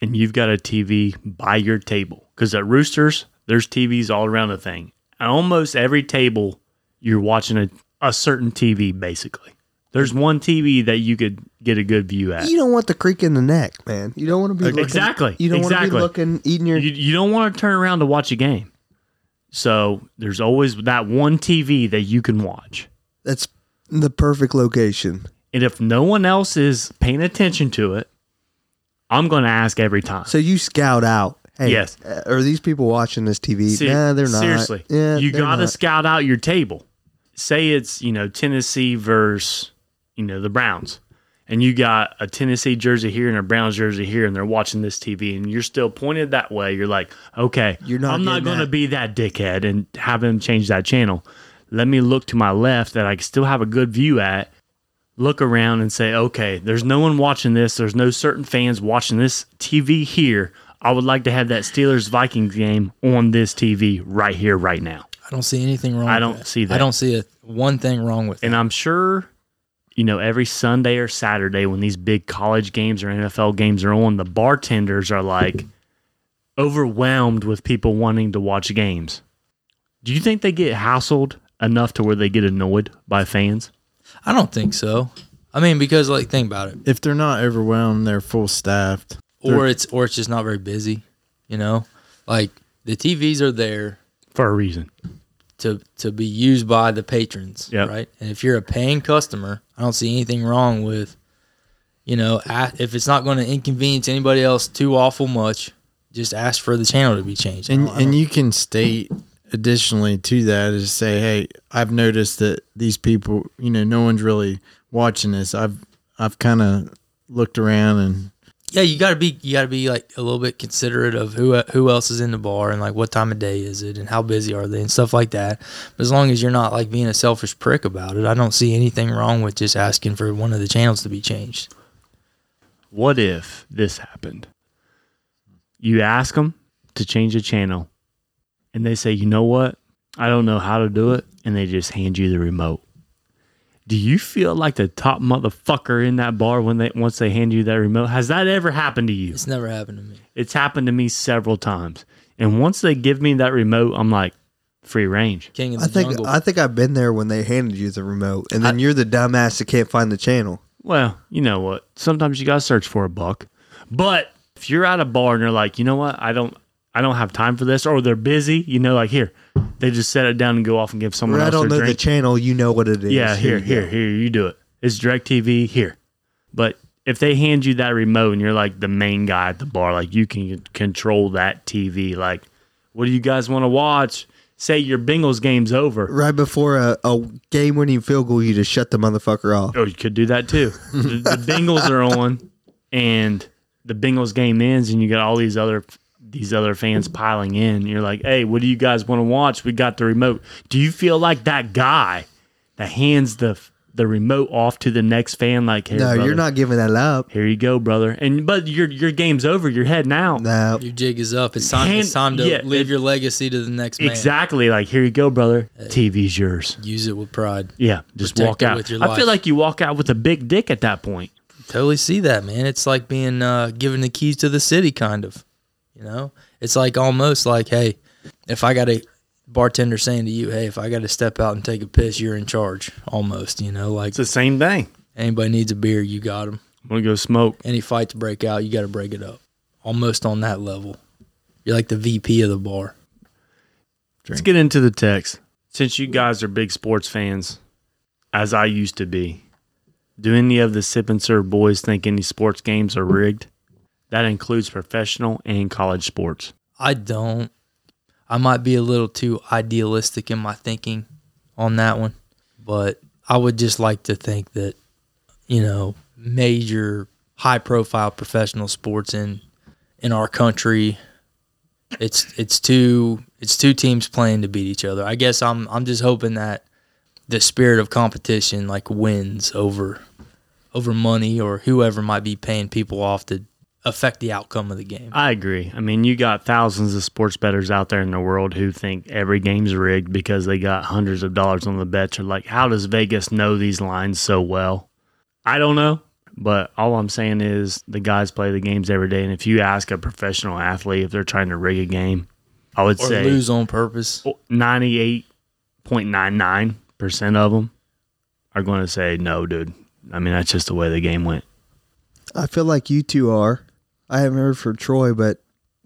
S1: and you've got a TV by your table, because at Roosters, there's TVs all around the thing. At almost every table, you're watching a, a certain TV, basically. There's one TV that you could get a good view at.
S4: You don't want the creek in the neck, man. You don't want to be looking,
S1: Exactly.
S4: You don't want to
S1: Exactly.
S4: be looking eating your
S1: you, you don't want to turn around to watch a game. So there's always that one TV that you can watch.
S4: That's the perfect location.
S1: And if no one else is paying attention to it, I'm going to ask every time.
S4: So you scout out. Hey,
S1: Yes.
S4: uh, Are these people watching this TV?
S1: Se-
S4: nah, they're not.
S1: Seriously.
S4: Yeah,
S1: you
S4: they're
S1: got to
S4: not.
S1: scout out your table. Say it's, you know, Tennessee versus, you know, the Browns. And you got a Tennessee jersey here and a Browns jersey here, and they're watching this TV, and you're still pointed that way. You're like, okay,
S4: You're not
S1: I'm not
S4: getting
S1: going to
S4: that.
S1: be that dickhead and have them change that channel. Let me look to my left that I can still have a good view at. Look around and say, okay, there's no one watching this. There's no certain fans watching this TV here. I would like to have that Steelers Vikings game on this TV right here, right now.
S2: I don't see anything wrong.
S1: I
S2: with
S1: don't
S2: that.
S1: see that.
S2: I don't see a, one thing wrong with it.
S1: And I'm sure, you know, every Sunday or Saturday when these big college games or NFL games are on, the bartenders are like overwhelmed with people wanting to watch games. Do you think they get hassled enough to where they get annoyed by fans?
S2: I don't think so. I mean, because like think about it,
S3: If they're not overwhelmed, they're full staffed.
S2: or it's or it's just not very busy. You know, like the TVs are there
S1: For a reason.
S2: to to be used by the patrons,
S1: Yep.
S2: right? And if you're a paying customer, I don't see anything wrong with, you know, a- if it's not going to inconvenience anybody else too awful much, just ask for the channel to be changed. I
S3: And
S2: don't- I
S3: and you can state additionally to that is say, hey, I've noticed that these people, you know, no one's really watching this. I've I've kind of looked around and
S2: yeah, you gotta be you gotta be like a little bit considerate of who who else is in the bar and like what time of day is it and how busy are they and stuff like that. But as long as you're not like being a selfish prick about it, I don't see anything wrong with just asking for one of the channels to be changed.
S1: What if this happened? You ask them to change the channel, and they say, you know what? I don't know how to do it. And they just hand you the remote. Do you feel like the top motherfucker in that bar when they once they hand you that remote? Has that ever happened to you?
S2: It's never happened to me.
S1: It's happened to me several times. And once they give me that remote, I'm like, free range.
S2: King of the
S4: I think
S2: jungle.
S4: I think I've been there when they handed you the remote, and then you're the dumbass that can't find the channel.
S1: Well, you know what? Sometimes you gotta search for a buck. But if you're at a bar and you're like, you know what, I don't I don't have time for this, or they're busy, you know, like here, they just set it down and go off and give someone
S4: When I
S1: else
S4: don't know
S1: their
S4: the
S1: drink.
S4: channel, you know what it is.
S1: yeah, here,
S4: you
S1: here,
S4: go.
S1: here, you do it. It's direct TV here. But if they hand you that remote and you're like the main guy at the bar, like you can control that TV, like, what do you guys want to watch? Say your Bengals game's over.
S4: Right before a, a game winning field goal, you just shut the motherfucker off.
S1: Oh, you could do that too. the, the Bengals are on, and the Bengals game ends, and you got all these other these other fans piling in. You're like, hey, what do you guys want to watch? We got the remote. Do you feel like that guy that hands the the remote off to the next fan? Like, here,
S4: No,
S1: brother.
S4: you're not giving that up.
S1: Here you go, brother. And but your your game's over. You're heading out.
S4: No,
S2: Your jig is up. It's time. it's
S1: Hand-
S2: time to
S1: yeah,
S2: leave
S1: it-
S2: your legacy to the next man.
S1: Exactly. Like, here you go, brother. TV's yours.
S2: Use it with pride.
S1: Yeah, just
S2: Protect
S1: walk
S2: it
S1: out.
S2: with your
S1: I
S2: life.
S1: feel like you walk out with a big dick at that point.
S2: Totally see that, man. It's like being uh, given the keys to the city, kind of. You know, it's like almost like, hey, if I got a bartender saying to you, hey, if I got to step out and take a piss, you're in charge. Almost, you know, like
S1: It's the same thing.
S2: anybody needs a beer, you got them.
S1: I'm gonna go smoke.
S2: Any fights break out, you got to break it up. Almost on that level. You're like the VP of the bar.
S1: Let's get into the text. Since you guys are big sports fans, as I used to be, do any of the sip and serve boys think any sports games are rigged? That includes professional and college sports.
S2: I don't. I might be a little too idealistic in my thinking on that one, but I would just like to think that, you know, major high profile professional sports in in our country it's it's two it's two teams playing to beat each other. I guess I'm I'm just hoping that the spirit of competition like wins over over money or whoever might be paying people off to affect the outcome of the game.
S1: I agree. I mean, you got thousands of sports bettors out there in the world who think every game's rigged because they got hundreds of dollars on the bets. Or like, how does Vegas know these lines so well? I don't know, but all I'm saying is the guys play the games every day. And if you ask a professional athlete if they're trying to rig a game, I would
S2: Or
S1: say
S2: lose on purpose.
S1: 98.99% of them are going to say no, dude. I mean, that's just the way the game went.
S4: I feel like you two are. I haven't heard from Troy, but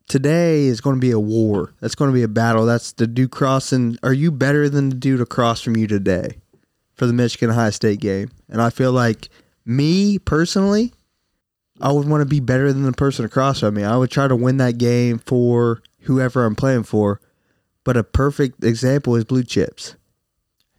S4: today is going to be a war. That's going to be a battle. That's the dude crossing. Are you better than the dude across from you today for the Michigan High State game? And I feel like me personally, I would want to be better than the person across from me. I would try to win that game for whoever I'm playing for. But a perfect example is blue chips.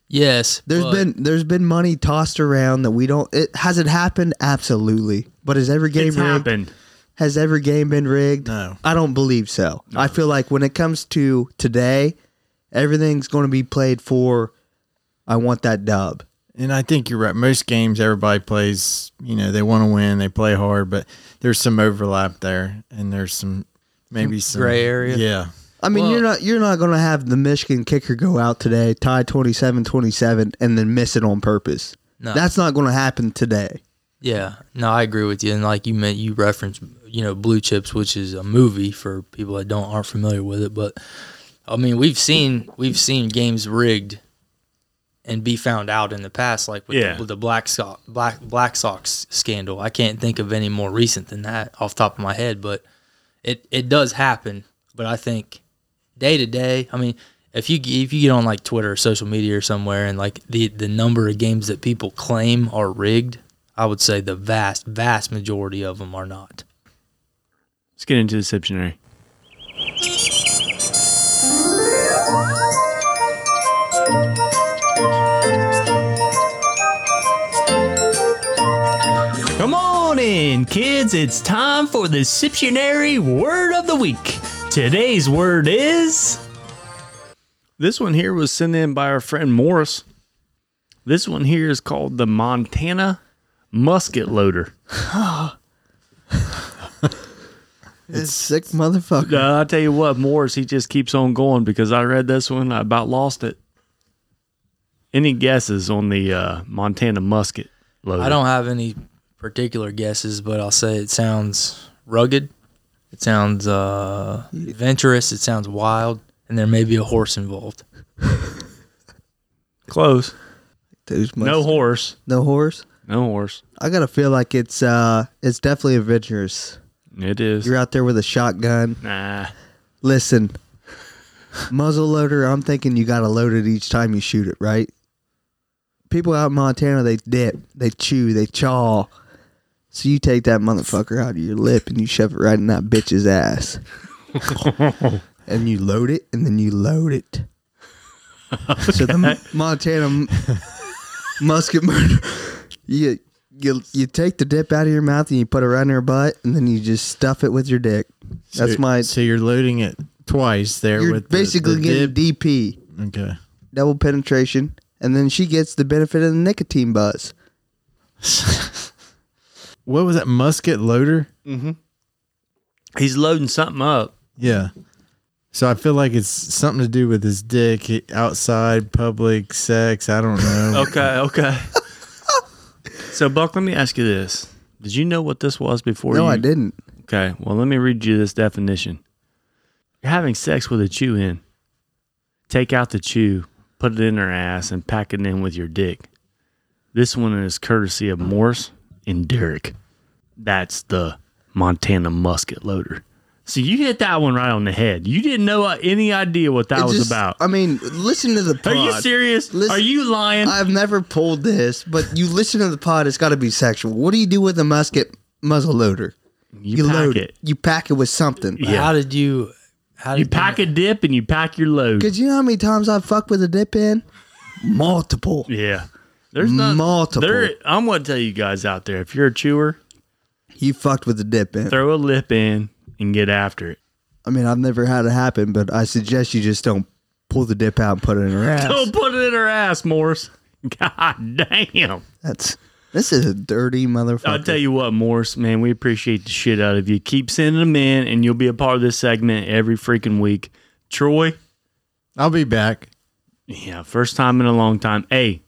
S2: Yes.
S4: There's
S2: but-
S4: been there's been money tossed around that we don't. It has it happened absolutely, but is every game
S1: It's
S4: rigged?
S1: happened.
S4: Has every game been rigged?
S3: No.
S4: I don't believe so. I feel like when it comes to today, everything's going to be played for I want that dub.
S3: And I think you're right. Most games everybody plays, you know, they want to win, they play hard, but there's some overlap there, and there's some maybe some
S2: gray area.
S3: Yeah,
S4: I mean,
S2: Well-
S4: you're not you're not going to have the Michigan kicker go out today, tie 27-27, and then miss it on purpose.
S2: No.
S4: That's not going to happen today.
S2: Yeah, no, I agree with you. And like you meant, you referenced, you know, Blue Chips, which is a movie for people that don't aren't familiar with it. But I mean, we've seen we've seen games rigged and be found out in the past, like with,
S1: Yeah.
S2: the, with the Black Sox Black Black Sox scandal. I can't think of any more recent than that off the top of my head, but it it does happen. But I think day to day, I mean. If you if you get on like Twitter or social media or somewhere and like the, the number of games that people claim are rigged, I would say the vast, vast majority of them are not.
S1: Let's get into the Siptionary. Come on in, kids. It's time for the Siptionary Word of the Week. Today's word is. This one here was sent in by our friend Morris. This one here is called the Montana Musket Loader.
S4: It's sick motherfucker.
S1: Uh, I tell you what, Morris, he just keeps on going because I read this one. I about lost it. Any guesses on the uh, Montana musket loader?
S2: I don't have any particular guesses, but I'll say it sounds rugged. It sounds uh, adventurous. It sounds wild. And there may be a horse involved.
S1: Close.
S4: Those must-
S1: No horse.
S4: no horse.
S1: No horse.
S4: I gotta feel like it's uh it's definitely adventurous.
S1: It is.
S4: You're out there with a shotgun.
S1: Nah.
S4: Listen, muzzle loader. I'm thinking you gotta load it each time you shoot it, right? People out in Montana, they dip, they chew, they chaw. So you take that motherfucker out of your lip and you shove it right in that bitch's ass, and you load it, and then you load it. So the Mon- Montana m- musket murder. You you you take the dip out of your mouth and you put it right in her butt, and then you just stuff it with your dick. That's
S3: So-
S4: my.
S3: So you're loading it twice there
S4: You're
S3: with the-
S4: basically
S3: the
S4: getting
S3: dip.
S4: DP,
S3: Okay,
S4: double penetration, and then she gets the benefit of the nicotine buzz.
S3: what was that musket loader?
S1: He's loading something up.
S3: Yeah. So I feel like it's something to do with his dick outside public sex. I don't know.
S1: Okay. Okay. so, Buck, let me ask you this. Did you know what this was before
S4: no,
S1: you?
S4: I didn't.
S1: Okay. Well, let me read you this definition. You're having sex with a chew in. Take out the chew, put it in her ass, and pack it in with your dick. This one is courtesy of Morse and Derek. That's the Montana musket loader. So you hit that one right on the head. You didn't know uh, any idea what that
S4: It
S1: was
S4: just-
S1: about.
S4: I mean, listen to the
S1: Are
S4: pod.
S1: you serious?
S4: Listen-
S1: Are you lying?
S4: I've never pulled this, but you listen to the pod. It's got to be sexual. What do you do with a musket muzzle loader?
S1: you, pack
S4: load
S1: it.
S4: You pack it with something.
S1: Yeah.
S2: How did you? How did
S1: You pack a dip and you pack your load.
S4: Cause you know how many times I've fucked with a dip in? Multiple.
S1: Yeah. There's not
S4: Multiple.
S1: There, I'm going to tell you guys out there if you're a chewer,
S4: You fucked with a dip in.
S1: throw a lip in and get after it.
S4: I mean, I've never had it happen, but I suggest you just don't pull the dip out and put it in her ass.
S1: Don't put it in her ass, Morse. God damn.
S4: That's this is a dirty motherfucker.
S1: I'll tell you what, Morse, man, we appreciate the shit out of you. Keep sending them in, and you'll be a part of this segment every freaking week. Troy,
S3: I'll be back.
S1: yeah, first time in a long time. Hey,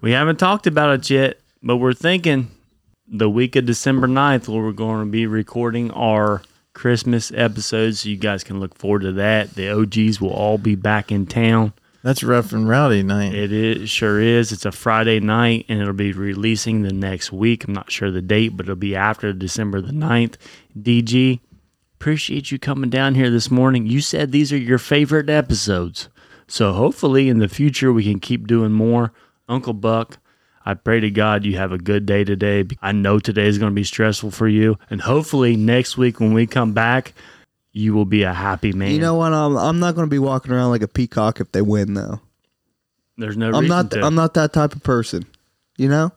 S1: we haven't talked about it yet, but we're thinking the week of December 9th, where we're going to be recording our Christmas episode, so you guys can look forward to that. The OGs will all be back in town.
S3: That's rough and rowdy night.
S1: It is, sure is. It's a Friday night and it'll be releasing the next week. I'm not sure the date, but it'll be after December the 9th. DG, appreciate you coming down here this morning. You said these are your favorite episodes. So hopefully in the future we can keep doing more. Uncle Buck, I pray to God you have a good day today. I know today is going to be stressful for you. And hopefully next week when we come back, you will be a happy man.
S4: You know what? I'm, I'm not going to be walking around like a peacock if they win, though.
S1: there's no
S4: I'm
S1: reason
S4: not.
S1: to.
S4: I'm not that type of person. You know.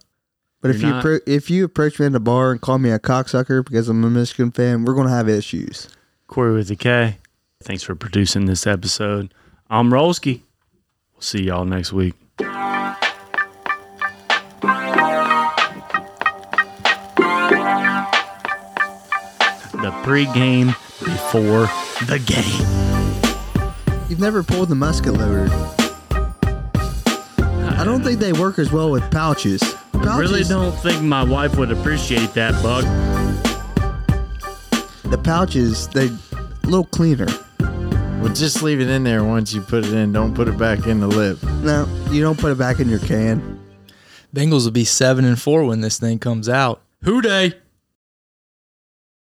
S4: But if
S1: You're
S4: you
S1: not.
S4: appro- if you approach me in the bar and call me a cocksucker because I'm a Michigan fan, we're going to have issues.
S1: Corey with a K. Thanks for producing this episode. I'm Rolski. We'll see y'all next week. pregame before the game.
S4: You've never pulled the musket loader. I don't think they work as well with pouches.
S1: I really
S4: Pouches-
S1: don't think my wife would appreciate that, Buck.
S4: The pouches, they a little cleaner.
S3: Well, just leave it in there once you put it in. Don't put it back in the lip.
S4: No, you don't put it back in your can.
S2: Bengals will be seven and four when this thing comes out. Who day?